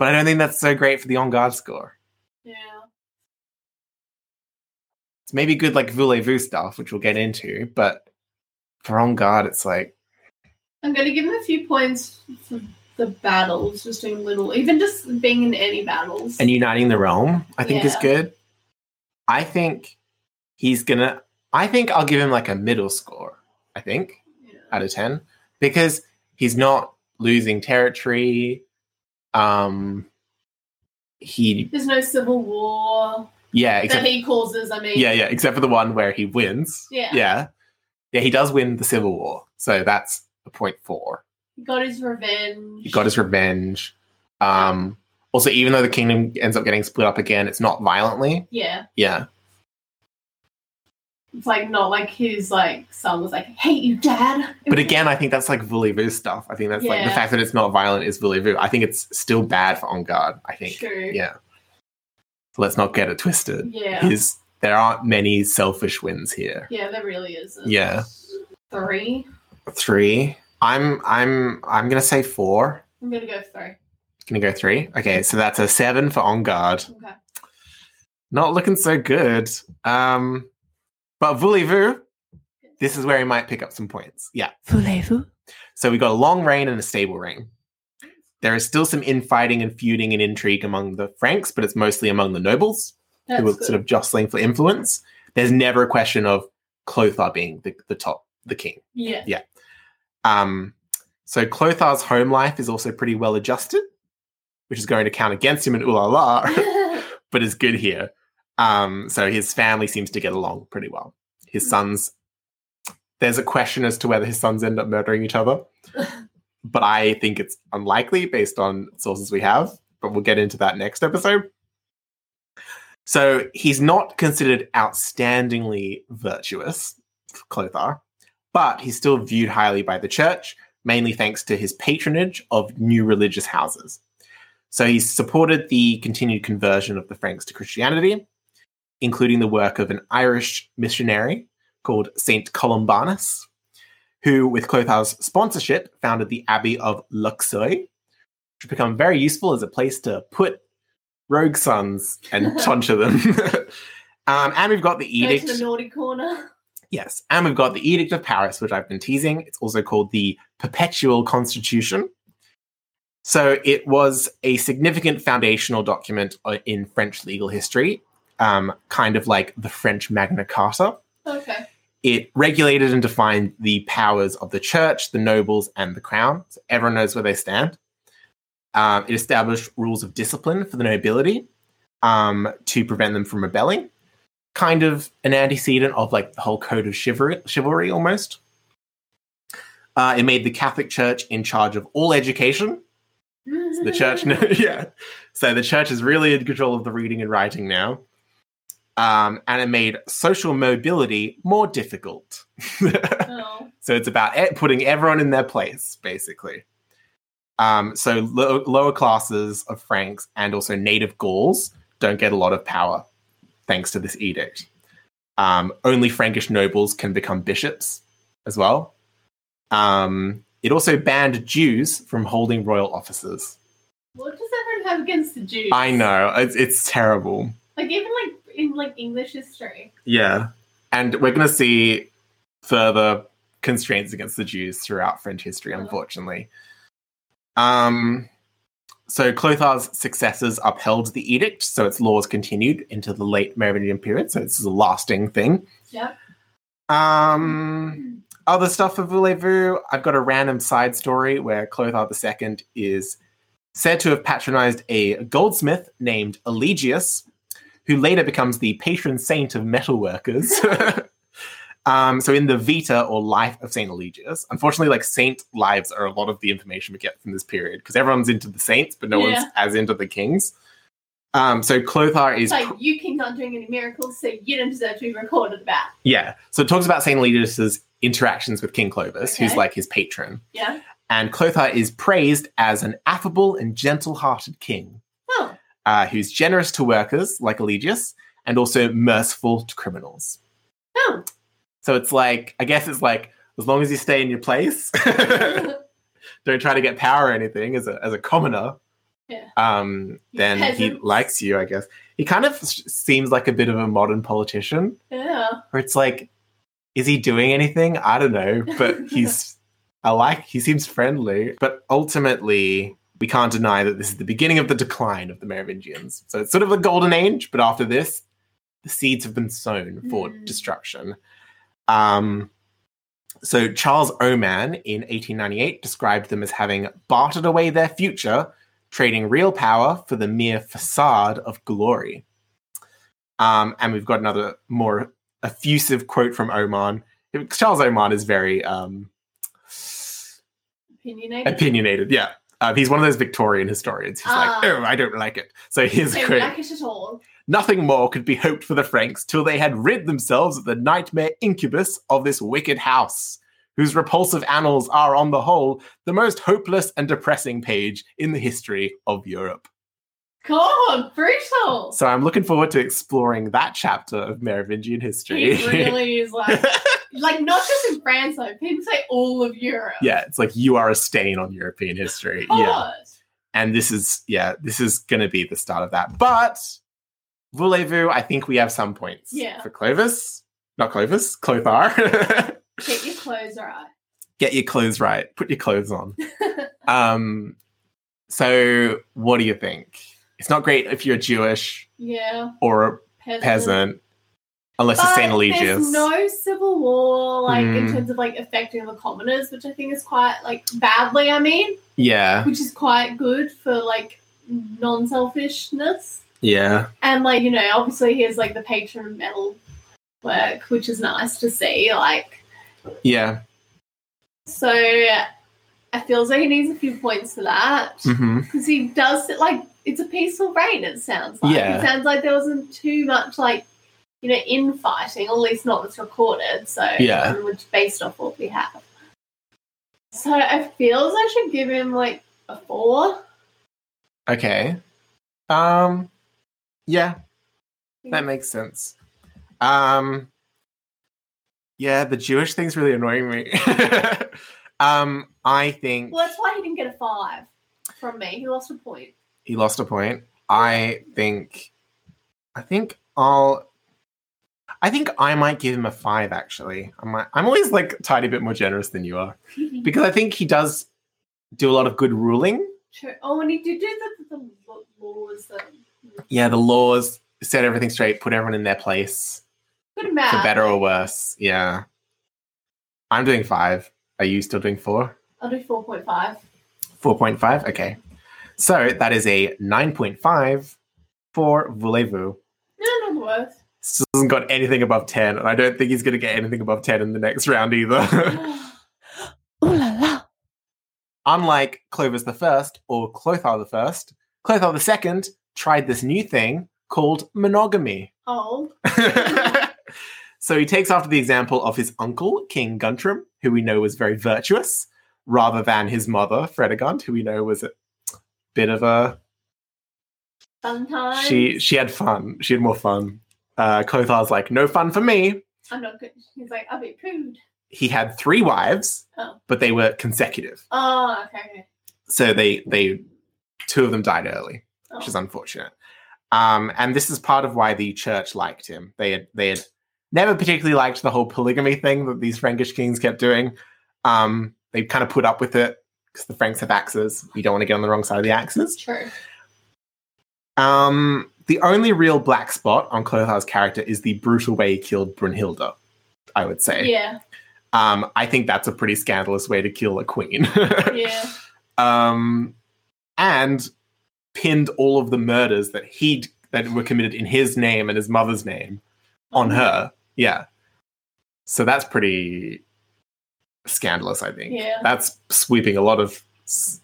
I don't think that's so great for the on guard score. It's maybe good like voulez-vous stuff, which we'll get into, but for on guard, it's like
I'm going to give him a few points for the battles, just doing little, even just being in any battles.
and uniting the realm, I think is
Yeah.
good. I think he's gonna I think I'll give him like a middle score, I think,
yeah.
out of ten. Because he's not losing territory. Um he
There's no civil war
yeah, except
that he causes. I mean,
Yeah, yeah, except for the one where he wins.
Yeah.
Yeah. Yeah, he does win the Civil War. So that's a point four.
he got his revenge.
He got his revenge. Um also even though the kingdom ends up getting split up again, it's not violently.
yeah.
Yeah.
It's like not like his like son was like, I hate you, dad.
But again, I think that's like voulez-vous stuff. I think that's like the
Yeah.
fact that it's not violent is voulez-vous. I think it's still bad for on guard, I think.
true.
Yeah. So let's not get it twisted.
Yeah.
His there aren't many selfish wins here.
Yeah, there really isn't.
Yeah.
Three.
Three. I'm I'm I'm gonna say four.
I'm gonna go three.
Gonna go three. Okay, so that's a seven for on guard.
Okay.
Not looking so good. Um, but voulez-vous, this is where he might pick up some points. Yeah.
Voulez-vous?
So we got a long reign and a stable reign. There is still some infighting and feuding and intrigue among the Franks, but it's mostly among the nobles
That's
who are
good.
sort of jostling for influence. There's never a question of Clothar being the, the top, the king.
yeah.
Um, so Clothar's home life is also pretty well adjusted, which is going to count against him in Ulala. but is good here. Um, so his family seems to get along pretty well. His sons, there's a question as to whether his sons end up murdering each other, but I think it's unlikely based on sources we have. But we'll get into that next episode. So he's not considered outstandingly virtuous, Clothar, but he's still viewed highly by the church, mainly thanks to his patronage of new religious houses. So he supported the continued conversion of the Franks to Christianity, including the work of an Irish missionary called St. Columbanus, who, with Clothar's sponsorship, founded the Abbey of Luxeuil, which has become very useful as a place to put rogue sons and tonsure them. um, and we've got the
Go
edict.
to the naughty corner.
Yes, and we've got the Edict of Paris, which I've been teasing. It's also called the Perpetual Constitution. So it was a significant foundational document uh, in French legal history, um, kind of like the French Magna Carta.
Okay.
It regulated and defined the powers of the church, the nobles, and the crown. So everyone knows where they stand. Um, it established rules of discipline for the nobility um, to prevent them from rebelling. Kind of an antecedent of like the whole code of chivalry, chivalry almost. Uh, it made the Catholic Church in charge of all education, the church no, yeah so the church is really in control of the reading and writing now um, and it made social mobility more difficult
Oh.
so it's about e- putting everyone in their place basically um, so lo- lower classes of franks and also native gauls don't get a lot of power thanks to this edict um, only frankish nobles can become bishops as well um, it also banned jews from holding royal offices
What does everyone have against the Jews?
I know. It's, it's terrible.
Like even like in like English history.
Yeah. And we're going to see further constraints against the Jews throughout French history,
Oh.
unfortunately. Um, so Clothar's successors upheld the edict, so its laws continued into the late Merovingian period. So this is a lasting thing.
Yep.
Um, other stuff for Voulez-Vous, I've got a random side story where Clothar II is said to have patronized a goldsmith named Elegius, who later becomes the patron saint of metalworkers. um, so in the Vita or Life of Saint Elegius, unfortunately, like saint lives are a lot of the information we get from this period because everyone's into the saints, but no one's
Yeah.
as into the kings. Um, so Clothar is
It's like you keep not doing any miracles, so you don't deserve to be recorded about.
yeah. So it talks about Saint Elegius's interactions with King Clovis, who's
Okay.
like his patron.
Yeah.
and Clothar is praised as an affable and gentle hearted king
Oh.
uh, who's generous to workers like Elegius and also merciful to criminals.
Oh.
So it's like, I guess it's like, as long as you stay in your place, don't try to get power or anything as a, as a commoner,
Yeah.
um, then he
Peasants.
likes you, I guess. He kind of s- seems like a bit of a modern politician,
Yeah.
where it's like, is he doing anything? I don't know, but he's, I like, he seems friendly. But ultimately, we can't deny that this is the beginning of the decline of the Merovingians. So it's sort of a golden age, but after this, the seeds have been sown for
Mm.
destruction. Um, so Charles Oman in 1898 described them as having bartered away their future, trading real power for the mere facade of glory. Um, and we've got another more effusive quote from Oman. Charles Oman is very um,
Opinionated.
opinionated. Yeah. Um, he's one of those Victorian historians. He's
Ah.
like, oh, I don't like it. So here's a
Don't
quote.
like it at all.
Nothing more could be hoped for the Franks till they had rid themselves of the nightmare incubus of this wicked house, whose repulsive annals are, on the whole, the most hopeless and depressing page in the history of Europe.
God, brutal.
So I'm looking forward to exploring that chapter of Merovingian history.
It really is like, like not just in France though. People say all of Europe.
yeah, it's like you are a stain on European history. Yeah.
God.
and this is yeah this is going to be the start of that but voulez-vous i think we have some points
Yeah.
for clovis not clovis clothar
Get your clothes right.
get your clothes right put your clothes on um so what do you think it's not great if you're jewish
Yeah.
or a
Peasant.
peasant unless you're saint
Uh-huh. But
allegius
There's no civil war, like in
Mm.
terms of like affecting the commoners, which I think is quite like badly. I mean,
yeah
which is quite good for like non-selfishness.
yeah
And like, you know, obviously here's like the patron metal work, which is nice to see. Like
yeah
so I feel like he needs a few points for that.
hmm
Because he does like it's a peaceful reign, it sounds like.
Yeah.
It sounds like there wasn't too much like you know, infighting, or at least not that's recorded, so
Yeah.
um, which based off what we have. So I feel as I should give him like a four.
okay um yeah
Hmm.
That makes sense. Um, yeah, the Jewish thing's really annoying me. um, I think
well that's why he didn't get a five from me. He lost a point.
he lost a point. I think, I think I'll, I think I might give him a five. Actually, I might. I'm always like a tiny bit more generous than you are because I think he does do a lot of good ruling.
True. Oh, and he did do the, the lo- laws. um,
Yeah, the laws set everything straight, put everyone in their place.
Good
for
math.
better or worse. Yeah. I'm doing five. Are you still doing four?
I'll do 4.5.
4.5? Okay. So that is a 9.5 for Voulez-Vous.
No, not the worst.
Still hasn't got anything above 10, and I don't think he's going to get anything above 10 in the next round either.
Ooh la la.
Unlike Clovis the First or Clothar the First, Clothar the Second tried this new thing called monogamy.
oh,
so he takes after the example of his uncle, King Guntram, who we know was very virtuous, rather than his mother, Fredegond, who we know was a bit of a
sometimes.
she she had fun. She had more fun. Uh Clothar's like, no fun for me.
I'm not good. He's like, I'll be prude.
He had three wives,
Oh.
but they were consecutive.
Oh, okay. okay.
So they they two of them died early.
Oh.
which is unfortunate. Um, and this is part of why the church liked him. They had they had never particularly liked the whole polygamy thing that these Frankish kings kept doing. Um, they kind of put up with it because the Franks have axes. You don't want to get on the wrong side of the axes.
True.
Um, the only real black spot on Clothar's character is the brutal way he killed Brunhilda. I would say.
Yeah.
Um, I think that's a pretty scandalous way to kill a queen.
Yeah.
um, and pinned all of the murders that he that were committed in his name and his mother's name on her. Yeah, so that's pretty scandalous. I think
Yeah.
that's sweeping a lot of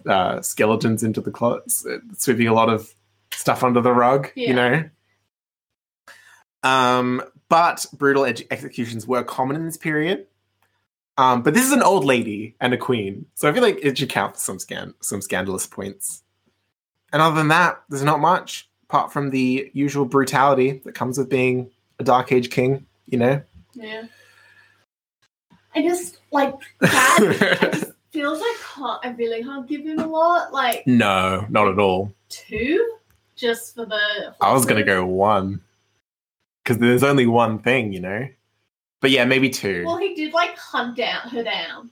uh, skeletons into the closets, sweeping a lot of stuff under the rug.
Yeah.
You know. Um, but brutal ex- executions were common in this period. Um, but this is an old lady and a queen, so I feel like it should count for some scan some scandalous points. And other than that, there's not much apart from the usual brutality that comes with being a Dark Age king. You know.
Yeah. I just, like, that feels like can't, I really can't give him a lot. Like,
no, not at all.
two, just for the.
I was gonna go one because there's only one thing, you know. But yeah, maybe two.
Well, he did like hunt down her down,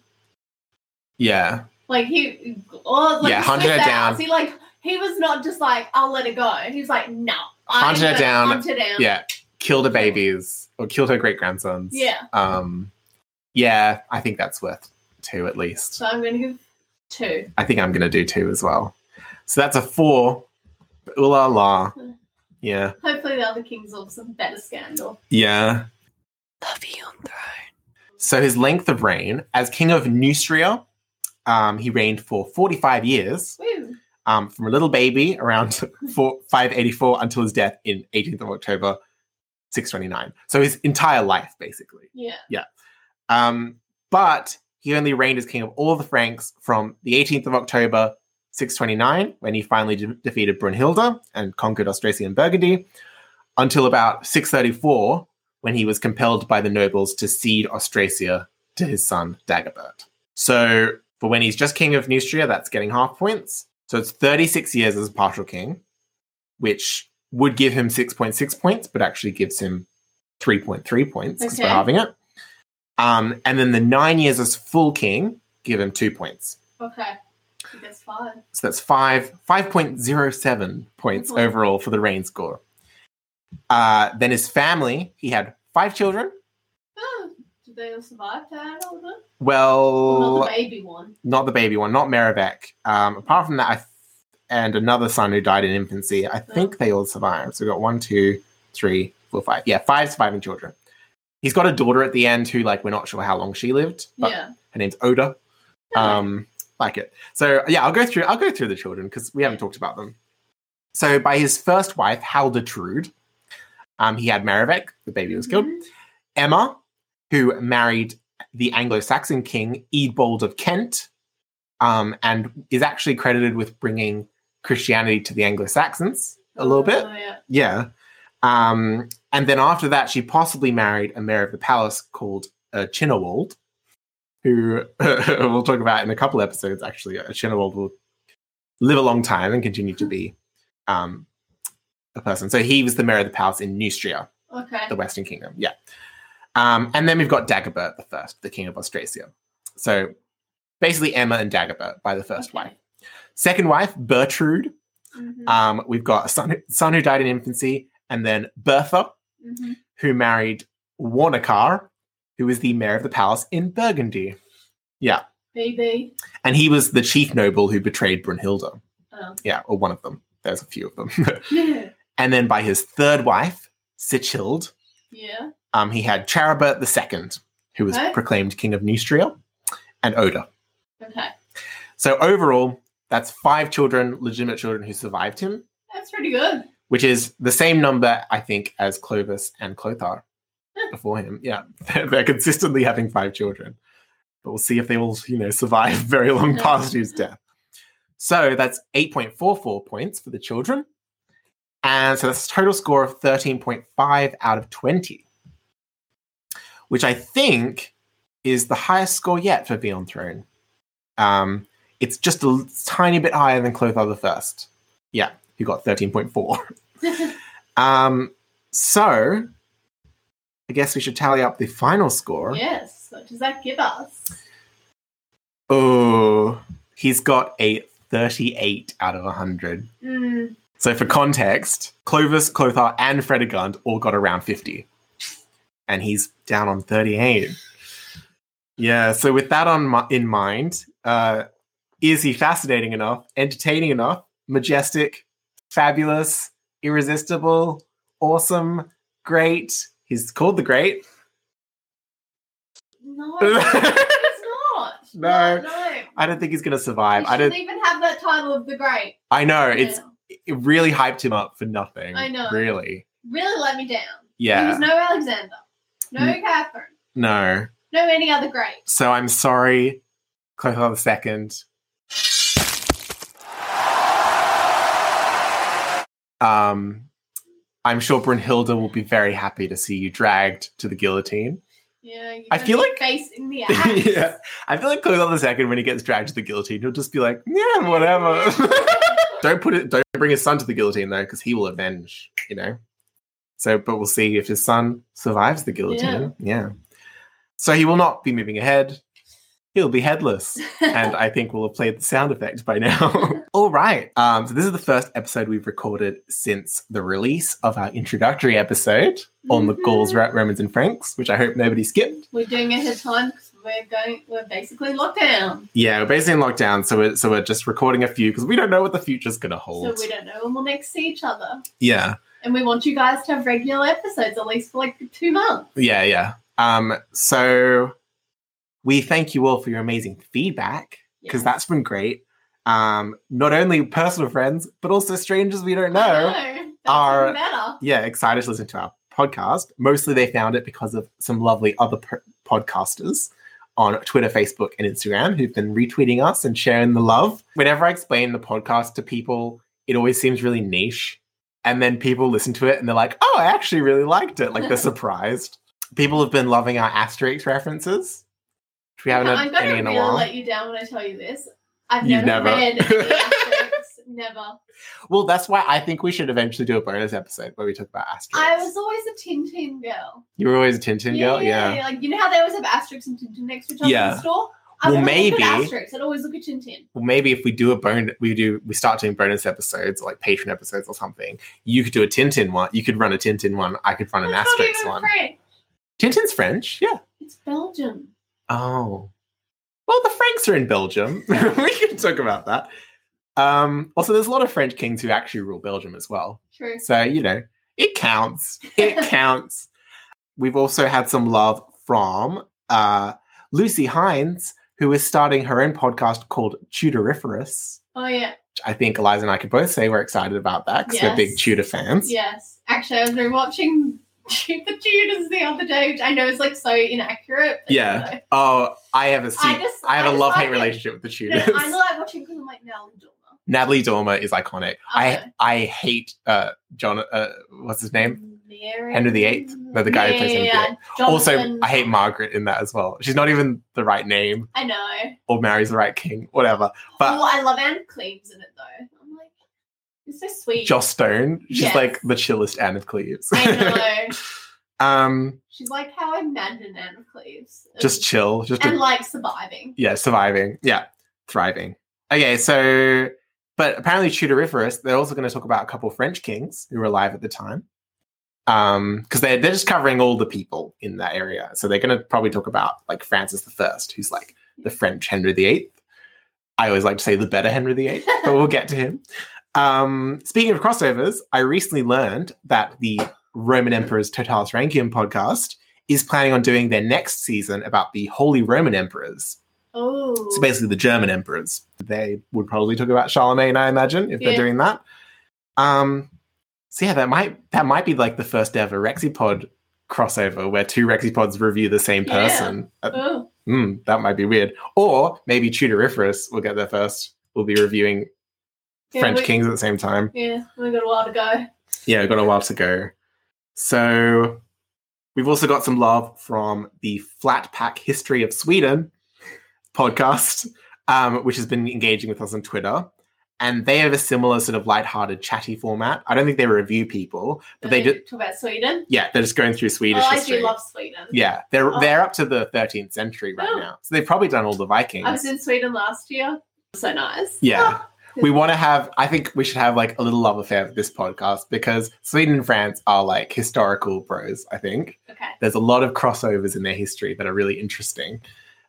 yeah,
like he or like
Yeah,
he
hunted her
switched
down.
outs. He like he was not just like I'll let it go. He was like no, I'm
Hunted her
gonna
down.
Hunt her down.
yeah. Killed her babies or killed her great grandsons.
Yeah.
Um. Yeah, I think that's worth two at least.
So I'm gonna give two.
I think I'm gonna do two as well. So that's a four. Ooh la la. Yeah.
Hopefully the other kings will have some better scandal.
Yeah.
Love you on throne.
So his length of reign as king of Neustria, um, he reigned for 45 years,
Woo.
um, from a little baby around 4, 584 until his death in 18th of October, 629. So his entire life, basically.
Yeah.
Um, but he only reigned as king of all the Franks from the 18th of October, 629, when he finally de- defeated Brunhilda and conquered Austrasian Burgundy, until about 634, when he was compelled by the nobles to cede Austrasia to his son Dagobert. So, for when he's just king of Neustria, that's getting half points. So it's 36 years as a partial king, which would give him 6.6 points, but actually gives him 3.3 points because we're
Okay.
halving it. Um, and then the nine years as full king give him two points.
Okay. I guess five.
So that's five five point zero seven points
Mhm.
overall for the reign score. Uh, then his family, he had five children.
Oh, did they all survive to add all of them?
Well,
Not the baby one.
not the baby one, not Merivek. Um, apart from that, I th- and another son who died in infancy. I think they all survived. So we've got one, two, three, four, five. Yeah, five surviving children. He's got a daughter at the end who, like, we're not sure how long she lived, but
yeah.
her name's Oda.
Yeah.
Um, like it. So yeah, I'll go through. I'll go through the children because we haven't talked about them. So by his first wife, Haldetrude, um, he had Merivek. The baby was killed.
Mhm.
Emma, who married the Anglo-Saxon king Eadbald of Kent, um, and is actually credited with bringing Christianity to the Anglo-Saxons a little bit.
Oh, yeah.
Yeah. Um, and then after that, she possibly married a mayor of the palace called uh, Chinawald, who we'll talk about in a couple episodes, actually. Uh, Chinawald will live a long time and continue to be um, a person. So he was the mayor of the palace in Neustria
Okay.
the Western Kingdom. Yeah. Um, and then we've got Dagobert the First, the King of Austrasia. So basically Emma and Dagobert by the first
Okay.
wife. Second wife, Bertrude.
Mhm.
Um, we've got a son, son who died in infancy, and then Bertha,
Mhm.
who married Warnacar, who was the mayor of the palace in Burgundy.
Baby.
And he was the chief noble who betrayed Brunhilda.
Oh.
Yeah, or one of them. There's a few of them.
yeah.
and then by his third wife, Sichild,
Yeah.
Um, he had Charibert II, who was
Okay.
proclaimed king of Neustria, and Oda.
Okay.
So overall, that's five children, legitimate children who survived him,
That's pretty good.
which is the same number, I think, as Clovis and Clothar
Huh.
before him. Yeah, they're consistently having five children, but we'll see if they all, you know, survive very long
Yeah.
past his death. So that's eight point four four points for the children, and so that's a total score of thirteen point five out of twenty, which I think is the highest score yet for Beyond Throne. Um, it's just a l- tiny bit higher than Clothar the First. Yeah, who got thirteen point four. Um, so I guess we should tally up the final score.
yes. What does that give us?
Oh, he's got a 38 out of 100.
Mm.
So for context, Clovis, Clothar, and Fredegund all got around 50. And he's down on 38. Yeah, so with that on mi- in mind, uh, is he fascinating enough, entertaining enough, majestic, fabulous, irresistible, awesome, great? He's called the Great.
No. it's not.
No.
No.
I don't think he's going
I
to survive. I
don't
don't.
even have that title of the great.
I know it's
Yeah.
it really hyped him up for nothing.
I know.
Really.
really let me down. There
Yeah.
was no Alexander, no
Mm.
Catherine,
No.
no any other great.
So I'm sorry, Clothar the Second. Um, I'm sure Brunhilde will be very happy to see you dragged to the guillotine.
Yeah, you
I
gotta
feel
be
like-
facing the axe.
yeah, I feel like Clothar the Second, when he gets dragged to the guillotine, he'll just be like, "Yeah, whatever." Don't put it. Don't bring his son to the guillotine though, because he will avenge. You know. So, but we'll see if his son survives the guillotine. Yeah. So he will not be moving ahead. He'll be headless, and I think we'll have played the sound effect by now. All right. Um, so this is the first episode we've recorded since the release of our introductory episode on
Mm-hmm.
the Gauls, Ra- Romans, and Franks, which I hope nobody skipped.
We're doing it at time because we're going. We're basically locked down,
Yeah, we're basically in lockdown, so we're so we're just recording a few because we don't know what the future's gonna
so
hold.
we don't know when we'll next see each other.
yeah,
And we want you guys to have regular episodes, at least for like two months.
yeah, yeah. Um, so we thank you all for your amazing feedback because
Yeah.
that's been great. Um, not only personal friends, but also strangers we don't
I
know.
know, that's
Our-
even better.
Yeah, excited to listen to our podcast. Mostly, they found it because of some lovely other po- podcasters on Twitter, Facebook, and Instagram who've been retweeting us and sharing the love. Whenever I explain the podcast to people, it always seems really niche. And then people listen to it and they're like, oh, I actually really liked it. Like they're surprised. People have been loving our asterisk references, which we haven't
I'm
had
gonna
any in a
really
while.
let you down when I tell you this. I've
You've
never,
never-
read the asterisks, never.
Well, that's why I think we should eventually do a bonus episode where we talk about asterisks.
I was always a Tintin girl.
You were always a Tintin girl? Yeah.
Like you know how they always have asterisks and Tintin next to each other in
Yeah.
the store.
Well,
would always look at
maybe-
asterisks. I'd always look at Tintin.
well, maybe if we do a bonus, we do we start doing bonus episodes like patron episodes or something. You could do a Tintin one. You could run a Tintin one. I could run an
That's not
asterisk
even
one.
French.
Tintin's French, yeah.
It's Belgium.
Oh, well, the Franks are in Belgium. we can talk about that. Um, also, there's a lot of French kings who actually rule Belgium as well.
True.
So you know, it counts. It counts. We've also had some love from uh, Lucy Hines, who is starting her own podcast called Tudoriferous.
Oh yeah.
I think Eliza and I could both say we're excited about that because we're big
Yes.
Tudor fans.
Yes. Actually, I was rewatching the Tudors the other day, which I know is like so inaccurate. but,
Yeah.
you know.
Oh, I have a se-
I just
I have
a
a love hate relationship with the Tudors.
No, I like watching because I'm like Nell and Dormer.
Natalie Dormer is iconic.
Okay.
I I hate uh John uh, what's his name?
Mary-
Henry VIII? No, the guy who plays Henry Also,
Jonathan-
I hate Margaret in that as well. She's not even the right name
I know.
or marries the right king, whatever. But
oh, I love Anne Cleves in it though. I'm like, it's so sweet.
Joss Stone, she's
Yes.
like the chillest Anne of Cleves.
I know.
um,
She's like how I imagine Anne Cleves. And-
just chill, just a
and like surviving.
yeah, surviving. Yeah, thriving. Okay, so but apparently Tudoriferous, they're also going to talk about a couple French kings who were alive at the time. Um, because they're they're just covering all the people in that area. So they're gonna probably talk about like Francis the First, who's like the French Henry VIII. I always like to say the better Henry VIII, but we'll get to him. Um, speaking of crossovers, I recently learned that the Roman Emperor's Totalis Rankium podcast is planning on doing their next season about the Holy Roman Emperors,
Oh.
so basically, the German emperors. They would probably talk about Charlemagne, I imagine, if
Yeah.
they're doing that. Um, so yeah, that might that might be like the first ever Rexipod crossover where two Rexipods review the same
Yeah.
person. Uh,
Oh.
mm, that might be weird. Or maybe Tudoriferous will get there first. We'll be reviewing
Yeah,
French
we-
kings at the same time.
Yeah, we got a while to go.
Yeah, we've got a while to go. So we've also got some love from the Flat Pack History of Sweden podcast, um, which has been engaging with us on Twitter. And they have a similar sort of lighthearted, chatty format. I don't think they review people, but they do.
talk about Sweden.
Yeah, they're just going through Swedish
oh, I
history.
do love Sweden.
yeah, they're
Oh.
they're up to the 13th century right
Oh.
now, so they've probably done all the Vikings.
I was in Sweden last year. So nice.
Yeah.
Ah,
we want to have i think we should have like a little love affair with this podcast because sweden and france are like historical bros i think
okay.
there's a lot of crossovers in their history that are really interesting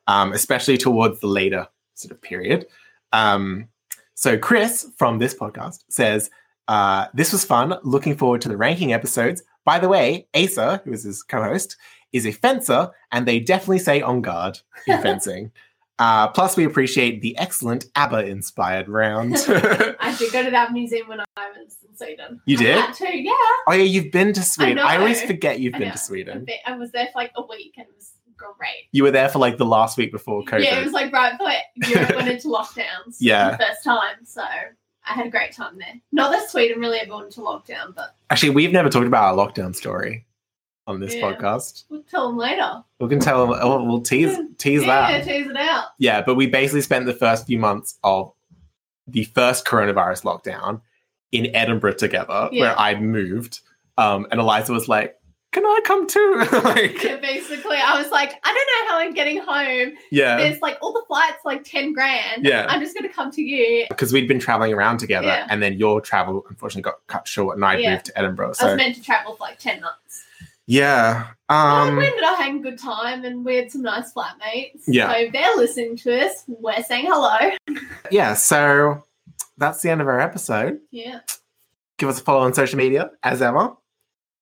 um, especially towards the later sort of period um, so chris from this podcast says uh, this was fun looking forward to the ranking episodes by the way asa who is his co-host is a fencer and they definitely say on guard in fencing Uh, plus, we appreciate the excellent ABBA-inspired round.
I did go to that museum when I was in Sweden.
You
I
did?
had to, yeah.
Oh yeah, you've been to Sweden. I, always
know.
forget you've
I
been
know.
to Sweden.
I was there for like a week and it was great.
You were there for like the last week before COVID.
Yeah, it was like right before Europe went into lockdowns.
Yeah.
For the first time. So I had a great time there. Not that Sweden really ever went into lockdown, but
Actually, we've never talked about our lockdown story on this
Yeah.
podcast.
we'll tell them later.
We can tell. Oh, we'll tease
Yeah.
tease
yeah,
that.
tease it out.
Yeah, but we basically spent the first few months of the first coronavirus lockdown in Edinburgh together,
Yeah.
where I moved. Um, and Eliza was like, "Can I come too?"
Yeah,
like,
basically, I was like, I don't know how I'm getting home.
yeah,
There's like all the flights, like ten grand.
Yeah.
I'm just gonna come to you.
because we'd been traveling around together,
Yeah.
and then your travel unfortunately got cut short, and I
Yeah.
moved to Edinburgh.
I
So
was meant to travel for like ten months.
yeah,
Um, we
um,
ended up having a good time, and we had some nice flatmates.
Yeah.
So they're listening to us. We're saying hello.
yeah. So that's the end of our episode.
Yeah.
give us a follow on social media as ever.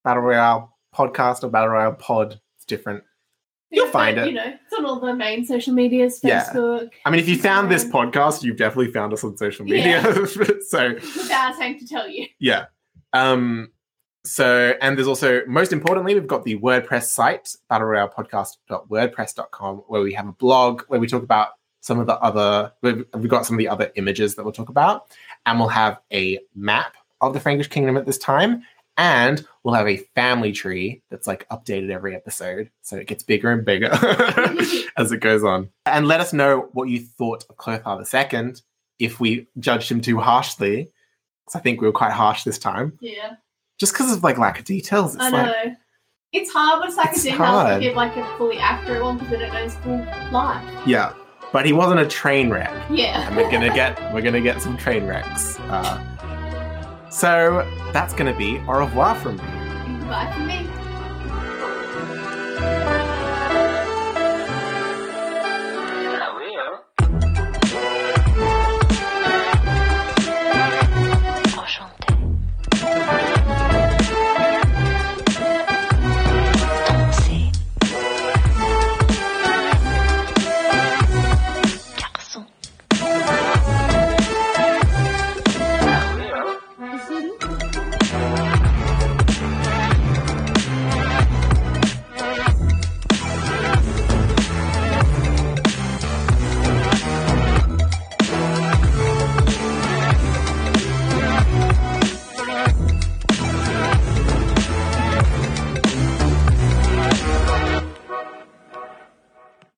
Battle Royale podcast or Battle Royale pod. It's different. You'll
Yeah,
find
but,
it.
You know, it's on all the main social medias:
Yeah.
Facebook.
I mean, if you found this
Um,
podcast, you've definitely found us on social media. so
Without having to tell you.
yeah. Um, so and there's also most importantly, we've got the WordPress site, battle royale podcast.wordpress.com, where we have a blog where we talk about some of the other we've, we've got some of the other images that we'll talk about. And we'll have a map of the Frankish Kingdom at this time. And we'll have a family tree that's like updated every episode. So it gets bigger and bigger as it goes on. And let us know what you thought of Clotharp II if we judged him too harshly. Because I think we were quite harsh this time.
Yeah.
Just because of like lack of details. It's
I know.
like
it's hard when
It's
psychedelics to
hard.
give like a fully accurate one because then it knows full life.
Yeah. But he wasn't a train wreck.
Yeah.
And we're gonna get we're gonna get some train wrecks. Uh, so that's gonna be au revoir from me.
Goodbye for me.